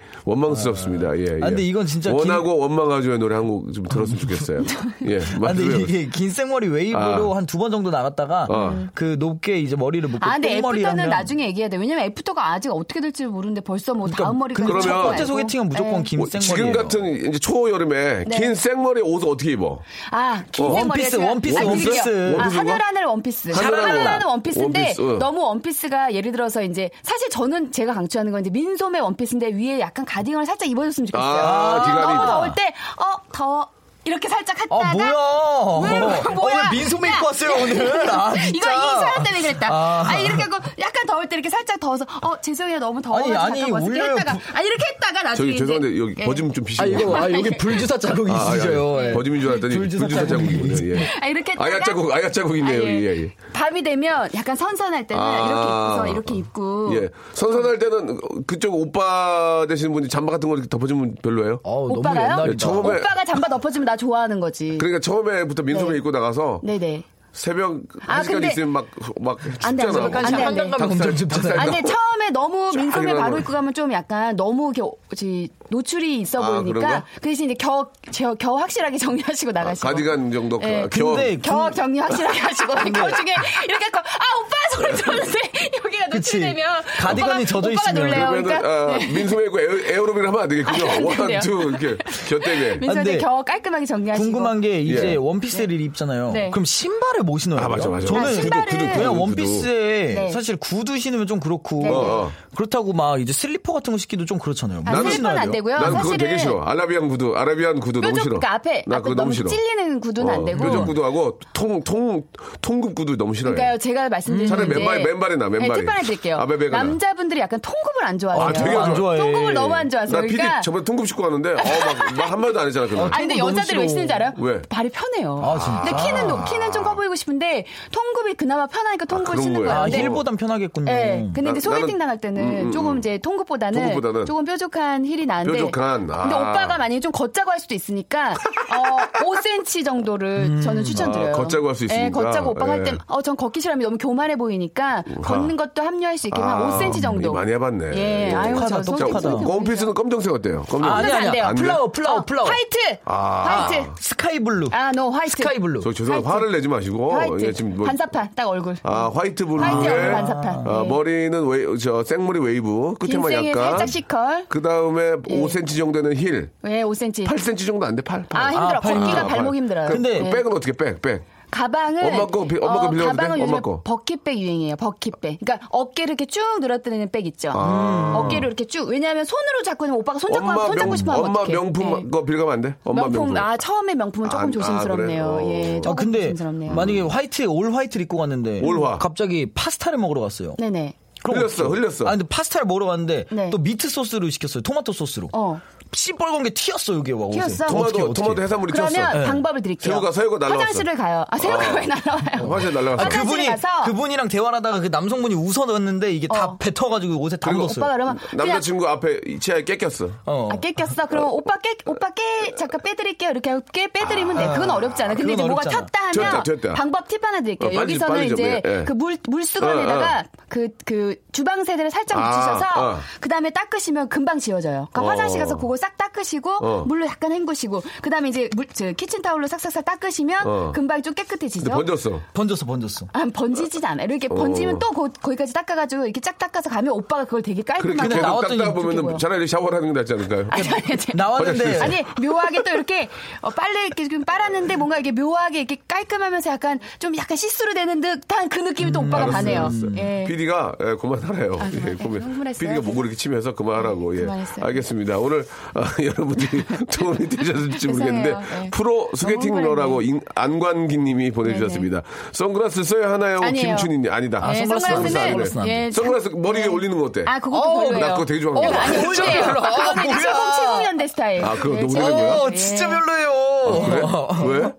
[SPEAKER 2] 원망스럽습니다. 예. 예.
[SPEAKER 6] 아, 근데 이건 진짜 긴-
[SPEAKER 2] 원하고 원망하죠의 노래 한 곡 좀 들었으면 좋겠어요. 예.
[SPEAKER 6] 아,
[SPEAKER 2] 맞아요.
[SPEAKER 6] 근데 이게 긴 생머리 웨이브로
[SPEAKER 2] 아.
[SPEAKER 6] 한 두 번 정도 나갔다가
[SPEAKER 2] 아.
[SPEAKER 6] 그 높게 이제 머리를 묶고
[SPEAKER 7] 아, 근데
[SPEAKER 6] 그 똥머리를
[SPEAKER 7] 애프터는
[SPEAKER 6] 하면
[SPEAKER 7] 나중에 얘기해야 돼. 왜냐면 애프터가 아직 어떻게 될지 모르는데 벌써 뭐 다음 머리가 네. 예.
[SPEAKER 2] 그러면
[SPEAKER 6] 첫 번째
[SPEAKER 2] 아이고.
[SPEAKER 6] 그러니까 소개팅은 무조건 긴
[SPEAKER 2] 뭐
[SPEAKER 6] 생머리.
[SPEAKER 2] 지금 같은 이제 초여름에 긴 생머리 옷을 어떻게 입어?
[SPEAKER 7] 아, 긴
[SPEAKER 2] 어.
[SPEAKER 7] 생머리
[SPEAKER 6] 원피스, 원피스, 원피스.
[SPEAKER 7] 아,
[SPEAKER 2] 원피스인가?
[SPEAKER 7] 하늘하늘 원피스.
[SPEAKER 2] 하늘하늘
[SPEAKER 7] 하늘하늘 원피스인데
[SPEAKER 2] 원피스, 어.
[SPEAKER 7] 너무 원피스가 예를 들어서 이제 사실 저는 제가 강추하는 건 이제 민소매 원피스인데 위에 약간 가디건을 살짝 입어줬으면 좋겠어요.
[SPEAKER 2] 아,
[SPEAKER 7] 너무
[SPEAKER 2] 디가리.
[SPEAKER 7] 더울 때 어 더워 이렇게 살짝 했다가
[SPEAKER 6] 아 뭐야? 어,
[SPEAKER 7] 왜, 왜, 뭐야?
[SPEAKER 6] 오늘 민소 메이크
[SPEAKER 7] 야.
[SPEAKER 6] 왔어요 오늘. 아 진짜.
[SPEAKER 7] 이거 이소연 때문에 그랬다.
[SPEAKER 6] 아.
[SPEAKER 7] 아. 니 이렇게 하고 약간 더울 때 이렇게 살짝 더워서 어 죄송해요 너무 더워서
[SPEAKER 6] 아니, 아니,
[SPEAKER 7] 잠깐 어떻게
[SPEAKER 6] 올려요.
[SPEAKER 7] 했다가 아 이렇게 했다가 나중에
[SPEAKER 2] 저기
[SPEAKER 7] 이제-
[SPEAKER 2] 죄송한데 여기
[SPEAKER 7] 예.
[SPEAKER 2] 버짐 좀
[SPEAKER 6] 아
[SPEAKER 2] 피시고.
[SPEAKER 6] 이거 아 여기 불주사 자국이 있으셔요. 예.
[SPEAKER 2] 아, 버짐인 줄 알았더니
[SPEAKER 6] 불주사
[SPEAKER 2] 불주사 자국이군요. 예.
[SPEAKER 7] 아, 이렇게 했다가
[SPEAKER 2] 아야 자국, 아야
[SPEAKER 7] 아,
[SPEAKER 2] 자국이네요.
[SPEAKER 7] 예.
[SPEAKER 2] 예, 예.
[SPEAKER 7] 밤이 되면 약간 선선할 때는
[SPEAKER 2] 아.
[SPEAKER 7] 이렇게 입고서 이렇게 입고
[SPEAKER 2] 예. 선선할 때는 그쪽 오빠 되시는 분이 잠바 같은 거 이렇게 덮어주면 별로예요?
[SPEAKER 6] 어우, 너무
[SPEAKER 7] 오빠가요?
[SPEAKER 6] 옛날이다.
[SPEAKER 2] 네, 처음- 처음에-
[SPEAKER 7] 오빠가 잠바 덮어주면 나 좋아하는 거지.
[SPEAKER 2] 그러니까 처음에부터 민소매
[SPEAKER 7] 네.
[SPEAKER 2] 입고 나가서
[SPEAKER 7] 네네.
[SPEAKER 2] 새벽
[SPEAKER 7] 아,
[SPEAKER 2] 1시까지
[SPEAKER 7] 근데-
[SPEAKER 2] 있으면 막, 막
[SPEAKER 7] 안 돼, 안 돼.
[SPEAKER 2] 춥잖아.
[SPEAKER 7] 안 돼, 안 돼.
[SPEAKER 6] 한강 엄청
[SPEAKER 2] 네.
[SPEAKER 6] 춥잖아요.
[SPEAKER 7] 아, 근데 처음에 너무 민소매
[SPEAKER 2] 일어나는
[SPEAKER 7] 바로
[SPEAKER 2] 거예요.
[SPEAKER 7] 입고 가면 좀 약간 너무 이렇게 어찌 노출이 있어
[SPEAKER 2] 아,
[SPEAKER 7] 보이니까
[SPEAKER 2] 그런가?
[SPEAKER 7] 그 대신 이제 겨, 겨, 겨 확실하게 정리하시고 나가시고
[SPEAKER 2] 가디건 정도 아,
[SPEAKER 7] 예.
[SPEAKER 2] 가- 겨우
[SPEAKER 6] 근데
[SPEAKER 7] 겨 정리 확실하게 하시고
[SPEAKER 6] 아, 네.
[SPEAKER 7] 그 나중에 이렇게 갖고 아 오빠 소리 들었는데 여기가
[SPEAKER 6] 그치.
[SPEAKER 7] 노출되면
[SPEAKER 6] 가디건이
[SPEAKER 7] 오빠가-
[SPEAKER 6] 젖어
[SPEAKER 7] 오빠가
[SPEAKER 6] 있으면.
[SPEAKER 7] 놀래요.
[SPEAKER 2] 그러면은
[SPEAKER 7] 그러니까
[SPEAKER 2] 아, 민소매 입고 에어, 로빅을 하면 안 되겠군요.
[SPEAKER 7] 아, 안
[SPEAKER 2] 원,
[SPEAKER 7] 돼요.
[SPEAKER 2] 투 이렇게 곁대게.
[SPEAKER 7] 민소매
[SPEAKER 6] 근데
[SPEAKER 7] 겨 깔끔하게 정리하시고
[SPEAKER 6] 아, 네. 궁금한 게 이제
[SPEAKER 2] 예.
[SPEAKER 6] 원피스를 입잖아요.
[SPEAKER 7] 네.
[SPEAKER 6] 그럼 신발을 뭐 신어요?
[SPEAKER 2] 아, 맞아, 맞아.
[SPEAKER 6] 저는
[SPEAKER 7] 아, 신발을-
[SPEAKER 6] 그냥
[SPEAKER 2] 구두.
[SPEAKER 6] 원피스에
[SPEAKER 7] 네.
[SPEAKER 6] 사실 구두 신으면 좀 그렇고
[SPEAKER 2] 네. 어, 어.
[SPEAKER 6] 그렇다고 막 이제 슬리퍼 같은 거 신기도 좀 그렇잖아요.
[SPEAKER 7] 아,
[SPEAKER 6] 뭐
[SPEAKER 2] 나는-
[SPEAKER 7] 슬리퍼는 안 되고요.
[SPEAKER 2] 난 그거
[SPEAKER 7] 사실은
[SPEAKER 2] 되게 싫어. 아라비안 구두, 아라비안 구두 너무
[SPEAKER 7] 뾰족
[SPEAKER 2] 싫어.
[SPEAKER 7] 그러니까 앞에
[SPEAKER 2] 나
[SPEAKER 7] 앞에
[SPEAKER 2] 그거
[SPEAKER 7] 너무,
[SPEAKER 2] 너무 싫어.
[SPEAKER 7] 찔리는 구두는 안 되고
[SPEAKER 2] 뾰족 구두하고 통, 통, 통굽 구두 너무 싫어요.
[SPEAKER 7] 그러니까요, 제가 말씀드린
[SPEAKER 2] 차라리
[SPEAKER 7] 건데
[SPEAKER 2] 맨발- 맨발이 나, 맨발이.
[SPEAKER 7] 네, 팁 하나 드릴게요.
[SPEAKER 2] 아베베가 나.
[SPEAKER 7] 남자분들이 약간 통굽을 안 좋아하세요.
[SPEAKER 2] 아, 되게 안
[SPEAKER 6] 좋아해.
[SPEAKER 7] 통굽을 너무 안 좋아하세요.
[SPEAKER 2] 나 PD
[SPEAKER 7] 그러니까
[SPEAKER 2] 저번에 통굽 신고 왔는데, 어, 막, 막 한마디도 안 했잖아, 그날.
[SPEAKER 7] 아 근데
[SPEAKER 6] 통굽 너무
[SPEAKER 7] 여자들이 왜
[SPEAKER 6] 싫어.
[SPEAKER 7] 쓰는지 알아요?
[SPEAKER 2] 왜?
[SPEAKER 7] 발이 편해요.
[SPEAKER 6] 아, 진짜?
[SPEAKER 7] 근데 키는 높- 키는 좀 커 보이고 싶은데 통굽이 그나마 편하니까 통굽을
[SPEAKER 2] 그런
[SPEAKER 7] 신는
[SPEAKER 2] 거예요.
[SPEAKER 7] 거예요.
[SPEAKER 6] 아,
[SPEAKER 7] 근데-
[SPEAKER 6] 힐보단 편하겠군요.
[SPEAKER 7] 네, 근데
[SPEAKER 2] 나-
[SPEAKER 7] 이제 소개팅
[SPEAKER 2] 나는-
[SPEAKER 7] 나갈 때는
[SPEAKER 2] 음, 음,
[SPEAKER 7] 조금 이제 통굽보다는,
[SPEAKER 2] 통굽보다는.
[SPEAKER 7] 조금 뾰족한 힐이 나는데
[SPEAKER 2] 뾰족한, 아.
[SPEAKER 7] 근데 오빠가 만약에 좀 걷자고 할 수도 있으니까 어, 5cm 정도를
[SPEAKER 6] 음.
[SPEAKER 7] 저는 추천드려요.
[SPEAKER 2] 아, 걷자고 할수
[SPEAKER 7] 네,
[SPEAKER 2] 있으니까.
[SPEAKER 7] 걷자고 오빠가
[SPEAKER 2] 예.
[SPEAKER 7] 할 때 어 전 걷기 싫어하면 너무 교만해 보이니까 걷는 것도 합류할 수 있게 한
[SPEAKER 2] 아,
[SPEAKER 7] 5cm 정도.
[SPEAKER 2] 많이 해봤네.
[SPEAKER 7] 예, 아유
[SPEAKER 6] 똑똑하다,
[SPEAKER 7] 저
[SPEAKER 2] 자,
[SPEAKER 6] 똑똑하다.
[SPEAKER 7] 손- 손-
[SPEAKER 2] 원피스는 검정색 어때요? 검정색.
[SPEAKER 6] 아, 아니
[SPEAKER 7] 그 안 돼요.
[SPEAKER 6] 아니야.
[SPEAKER 2] 안 돼?
[SPEAKER 6] 플라워 플라워 플라워.
[SPEAKER 7] 어, 화이트.
[SPEAKER 2] 아.
[SPEAKER 7] 화이트.
[SPEAKER 6] 스카이 블루.
[SPEAKER 7] 아, 노 화이트.
[SPEAKER 6] 스카이 블루.
[SPEAKER 2] 저 죄송해요. 화를 내지 마시고.
[SPEAKER 7] 화이트.
[SPEAKER 2] 예, 지금 뭐-
[SPEAKER 7] 반사판 딱 얼굴.
[SPEAKER 2] 아, 화이트 블루에.
[SPEAKER 7] 화이트 얼굴 반사판.
[SPEAKER 2] 아,
[SPEAKER 7] 네.
[SPEAKER 2] 머리는 웨이, 저 생머리 웨이브. 끝에만
[SPEAKER 7] 긴 생에
[SPEAKER 2] 약간.
[SPEAKER 7] 살짝 예. 시컬.
[SPEAKER 2] 그 다음에 5cm 정도는 힐.
[SPEAKER 7] 왜 5cm?
[SPEAKER 2] 8cm 정도 안 돼, 팔. 팔.
[SPEAKER 7] 예. 아 힘들어.
[SPEAKER 6] 아, 팔.
[SPEAKER 7] 걷기가
[SPEAKER 6] 아,
[SPEAKER 7] 발목
[SPEAKER 2] 팔.
[SPEAKER 7] 힘들어요. 예.
[SPEAKER 2] 그,
[SPEAKER 6] 근데-
[SPEAKER 2] 그 백은 어떻게 백, 백.
[SPEAKER 7] 가방을 어,
[SPEAKER 2] 엄마 거 비- 엄마 거 빌려도
[SPEAKER 7] 가방은
[SPEAKER 2] 돼? 엄마
[SPEAKER 7] 요즘에
[SPEAKER 2] 거.
[SPEAKER 7] 버킷백 유행이에요. 버킷백. 그러니까 어깨를 이렇게 쭉 늘어뜨리는 백 있죠. 어깨를 이렇게 쭉. 왜냐하면 손으로 잡고 하면 오빠가 손 잡고 하면 손 잡고 싶어 하면
[SPEAKER 2] 아. 엄마
[SPEAKER 7] 어떡해.
[SPEAKER 2] 명품
[SPEAKER 7] 네.
[SPEAKER 2] 거 빌려가면 안 돼? 엄마
[SPEAKER 7] 명품,
[SPEAKER 2] 명품.
[SPEAKER 7] 아 처음에 명품은 조금
[SPEAKER 2] 아, 아,
[SPEAKER 7] 조심스럽네요.
[SPEAKER 2] 그래요?
[SPEAKER 7] 예,
[SPEAKER 2] 어.
[SPEAKER 7] 조금
[SPEAKER 6] 아 근데
[SPEAKER 7] 조심스럽네요.
[SPEAKER 6] 만약에 화이트 올 화이트를 입고 갔는데
[SPEAKER 2] 올화.
[SPEAKER 6] 갑자기 파스타를 먹으러 갔어요.
[SPEAKER 7] 네네.
[SPEAKER 6] 그럼
[SPEAKER 2] 흘렸어,
[SPEAKER 6] 어떡해?
[SPEAKER 2] 흘렸어.
[SPEAKER 6] 아 근데 파스타를 먹으러 갔는데
[SPEAKER 7] 네.
[SPEAKER 6] 또 미트 소스로 시켰어요. 토마토 소스로.
[SPEAKER 7] 어.
[SPEAKER 6] 시뻘건 게 튀었어 여기 와 옷에.
[SPEAKER 7] 튀었어?
[SPEAKER 2] 토마토,
[SPEAKER 6] 어떡해, 어떡해.
[SPEAKER 2] 토마토 해산물이 튀었어.
[SPEAKER 7] 그러면
[SPEAKER 6] 네.
[SPEAKER 7] 방법을 드릴게요.
[SPEAKER 2] 새우가- 새우가 날라왔어.
[SPEAKER 7] 화장실을 가요. 아 새우가
[SPEAKER 2] 아.
[SPEAKER 7] 왜 날라와요?
[SPEAKER 2] 화장실
[SPEAKER 6] 아,
[SPEAKER 2] 날라갔어.
[SPEAKER 7] 화장실에
[SPEAKER 6] 그분이
[SPEAKER 7] 가서-
[SPEAKER 6] 그분이랑 대화를 하다가 그 남성분이 웃어놨는데 이게 다
[SPEAKER 7] 어.
[SPEAKER 6] 뱉어가지고 옷에 다
[SPEAKER 2] 그리고
[SPEAKER 6] 묻었어요.
[SPEAKER 7] 오빠가 그러면 그냥
[SPEAKER 2] 남자친구 앞에 치아에 깼겼어.
[SPEAKER 6] 어.
[SPEAKER 7] 아, 깨꼈어? 그럼 오빠 깨, 오빠 깨, 잠깐 빼드릴게요. 이렇게 하고 깨, 빼드리면 돼. 그건 어렵지 않아.
[SPEAKER 6] 그건
[SPEAKER 7] 근데 이제 뭐가
[SPEAKER 6] 어렵잖아.
[SPEAKER 7] 튀었다 하면
[SPEAKER 2] 튀었다, 튀었다.
[SPEAKER 7] 방법 팁 하나 드릴게요.
[SPEAKER 2] 어, 빨리 좀,
[SPEAKER 7] 여기서는
[SPEAKER 2] 빨리 좀,
[SPEAKER 7] 이제
[SPEAKER 2] 예, 예.
[SPEAKER 7] 그 물, 물수건에다가 그, 그 주방세제를 살짝
[SPEAKER 2] 아,
[SPEAKER 7] 묻히셔서
[SPEAKER 2] 어.
[SPEAKER 7] 그 다음에 닦으시면 금방 지워져요. 그러니까
[SPEAKER 2] 어.
[SPEAKER 7] 화장실 가서 그거 싹 닦으시고
[SPEAKER 2] 어.
[SPEAKER 7] 물로 약간 헹구시고 그 다음에 이제 물, 저, 키친타올로 싹싹싹 닦으시면
[SPEAKER 2] 어.
[SPEAKER 7] 금방 좀 깨끗해지죠.
[SPEAKER 2] 근데 어. 번졌어.
[SPEAKER 6] 번졌어 번졌어.
[SPEAKER 7] 아, 번지진 않아요. 이렇게 번지면 또 거, 거기까지 닦아가지고 이렇게 쫙 닦아서 가면 오빠가 그걸 되게
[SPEAKER 2] 그렇게
[SPEAKER 7] 깔끔하게
[SPEAKER 6] 근데
[SPEAKER 2] 계속
[SPEAKER 6] 나왔더니
[SPEAKER 2] 닦다 보면
[SPEAKER 7] 어떡해
[SPEAKER 2] 차라리 샤워를 하는 게 낫지 않을까요?
[SPEAKER 7] 아니, 아니, 아니.
[SPEAKER 6] 나왔는데
[SPEAKER 2] 화장실에서.
[SPEAKER 7] 그러니까 아니 묘하게 또 이렇게 어, 빨래 이렇게 좀 빨았는데 뭔가 이게 묘하게 이렇게 깔끔하면서 약간 좀 약간 시스루 되는 듯한 그
[SPEAKER 2] 음,
[SPEAKER 7] 느낌이 또 오빠가 가네요. 예. 아,
[SPEAKER 2] PD가 그만하래요. 예,
[SPEAKER 7] 그만- 흥분했어요? 네,
[SPEAKER 2] PD가 목을 이렇게 치면서 그만하라고. 예.
[SPEAKER 7] 그만했어요.
[SPEAKER 2] 알겠습니다. 오늘 아, 여러분들이 도움이 되셨을지 모르겠는데
[SPEAKER 7] 죄송해요. 예.
[SPEAKER 2] 프로
[SPEAKER 7] 너무
[SPEAKER 2] 소개팅러라고 인- 안관기님이 보내주셨습니다. 선글라스 써야 하나요?
[SPEAKER 7] 아니에요.
[SPEAKER 2] 김춘희님 아니다.
[SPEAKER 6] 아,
[SPEAKER 7] 예,
[SPEAKER 6] 선글라스 안
[SPEAKER 7] 선글라스는
[SPEAKER 6] 써요. 선글라스는 안
[SPEAKER 7] 예,
[SPEAKER 2] 선글라스 머리 위에 올리는 거 어때?
[SPEAKER 7] 아 그것도 별로예요.
[SPEAKER 2] 나 그거 되게 좋아하는 거.
[SPEAKER 7] 아니
[SPEAKER 6] 진짜
[SPEAKER 7] 어때요?
[SPEAKER 6] 별로. 아,
[SPEAKER 7] 그건
[SPEAKER 6] 뭐야.
[SPEAKER 7] 약간 70년대 스타일.
[SPEAKER 2] 아, 그거
[SPEAKER 7] 예,
[SPEAKER 2] 너무
[SPEAKER 7] 제가-
[SPEAKER 2] 오래된
[SPEAKER 6] 어
[SPEAKER 7] 예. 아,
[SPEAKER 6] 진짜 별로예요.
[SPEAKER 2] 왜? 왜?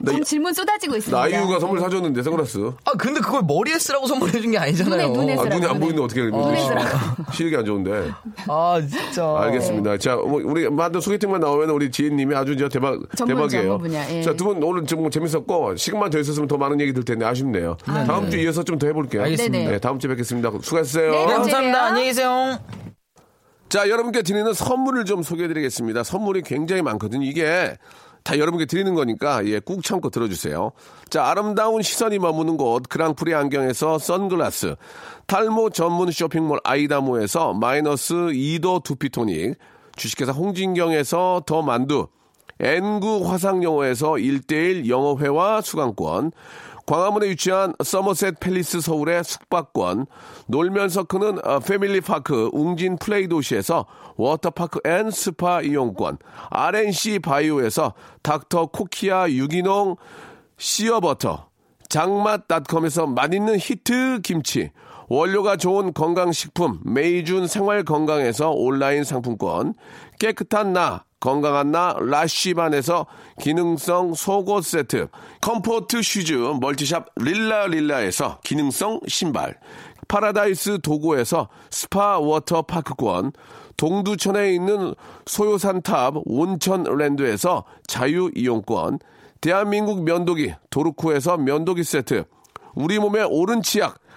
[SPEAKER 2] 나 이-
[SPEAKER 7] 지금 질문 쏟아지고 있습니다.
[SPEAKER 2] 나이유가
[SPEAKER 7] 네.
[SPEAKER 2] 선물 사줬는데 선글라스.
[SPEAKER 6] 아 근데 그걸 머리에 쓰라고 선물해 준 게 아니잖아요.
[SPEAKER 7] 눈에, 눈에
[SPEAKER 2] 아, 눈이 안
[SPEAKER 7] 눈에.
[SPEAKER 2] 보이는데 어떻게
[SPEAKER 7] 눈에
[SPEAKER 2] 시력이 안 좋은데.
[SPEAKER 6] 아
[SPEAKER 7] 네.
[SPEAKER 6] 진짜.
[SPEAKER 2] 알겠습니다. 자, 뭐, 우리 만든 소개팅만 나오면 우리 지혜님이 아주 이제 대박
[SPEAKER 7] 전문,
[SPEAKER 2] 대박이에요.
[SPEAKER 7] 전문 분야, 예.
[SPEAKER 2] 자, 두 분 오늘 정말 재밌었고 시간만 더 있었으면 더 많은 얘기 들 텐데 아쉽네요. 다음 주에 이어서 좀 더 해볼게요.
[SPEAKER 6] 알겠습니다.
[SPEAKER 7] 네네.
[SPEAKER 2] 네, 다음 주에 뵙겠습니다. 수고하세요.
[SPEAKER 7] 네,
[SPEAKER 6] 네,
[SPEAKER 7] 다음 주에
[SPEAKER 6] 감사합니다.
[SPEAKER 7] 봬요.
[SPEAKER 6] 안녕히 계세요.
[SPEAKER 2] 자, 여러분께 드리는 선물을 좀 소개해드리겠습니다. 선물이 굉장히 많거든요. 이게 다 여러분께 드리는 거니까 예, 꾹 참고 들어주세요. 자, 아름다운 시선이 머무는 곳 그랑프리 안경에서 선글라스, 탈모 전문 쇼핑몰 아이다모에서 마이너스 2도 두피토닉, 주식회사 홍진경에서 더 만두. N구 화상영어에서 1대1 영어회화 수강권, 광화문에 위치한 서머셋 팰리스 서울의 숙박권, 놀면서 크는 어, 패밀리파크 웅진 플레이 도시에서 워터파크 앤 스파 이용권, RNC 바이오에서 닥터 코키아 유기농 씨어버터, 장맛닷컴에서 맛있는 히트 김치, 원료가 좋은 건강식품 메이준 생활건강에서 온라인 상품권, 깨끗한 나 건강한 나 라쉬반에서 기능성 속옷 세트, 컴포트 슈즈 멀티샵 릴라릴라에서 기능성 신발, 파라다이스 도고에서 스파 워터 파크권, 동두천에 있는 소요산탑 온천랜드에서 자유 이용권, 대한민국 면도기 도르코에서 면도기 세트 우리 몸의 오른 치약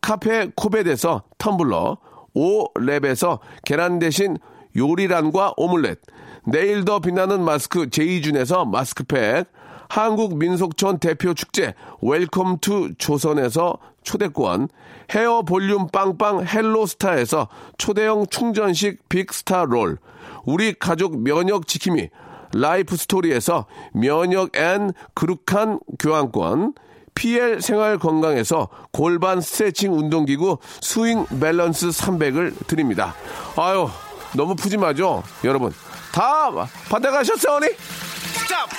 [SPEAKER 2] 카페 코벳에서 텀블러 오랩에서 계란 대신 요리란과 오믈렛 내일 더 빛나는 마스크 제이준에서 마스크팩 한국 민속촌 대표 축제 웰컴 투 조선에서 초대권, 헤어 볼륨 빵빵 헬로스타에서 초대형 충전식 빅스타 롤, 우리 가족 면역 지킴이 라이프 스토리에서 면역 앤 그룹한 교환권, PL 생활 건강에서 골반 스트레칭 운동기구 스윙 밸런스 300을 드립니다. 아유, 너무 푸짐하죠? 여러분, 다 받아가셨어요, 언니?
[SPEAKER 5] 스탑!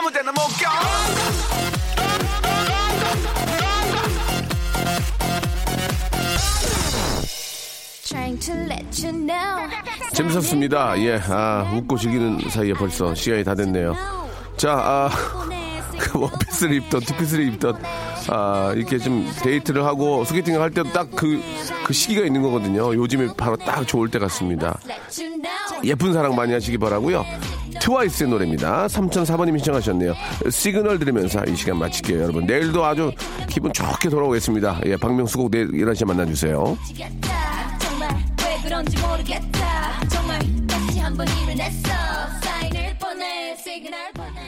[SPEAKER 5] 아무 데나 못 가!
[SPEAKER 2] 재밌었습니다. 예, 아, 웃고 즐기는 사이에 벌써 시간이 다 됐네요. 자, 아, 그 원피스를 입던, 투피스를 입던, 아, 이렇게 좀 데이트를 하고 소개팅을 할 때도 딱 그, 그 시기가 있는 거거든요. 요즘에 바로 딱 좋을 때 같습니다. 예쁜 사랑 많이 하시기 바라고요 트와이스의 노래입니다. 3004번님 신청하셨네요. 시그널 들으면서 이 시간 마칠게요, 여러분. 내일도 아주 기분 좋게 돌아오겠습니다. 예, 박명수 꼭 내일 11시에 만나주세요.
[SPEAKER 8] 미치겠다. 정말 왜 그런지 모르겠다 정말 다시 한번 일을 냈어 사인을 보내 시그널 보내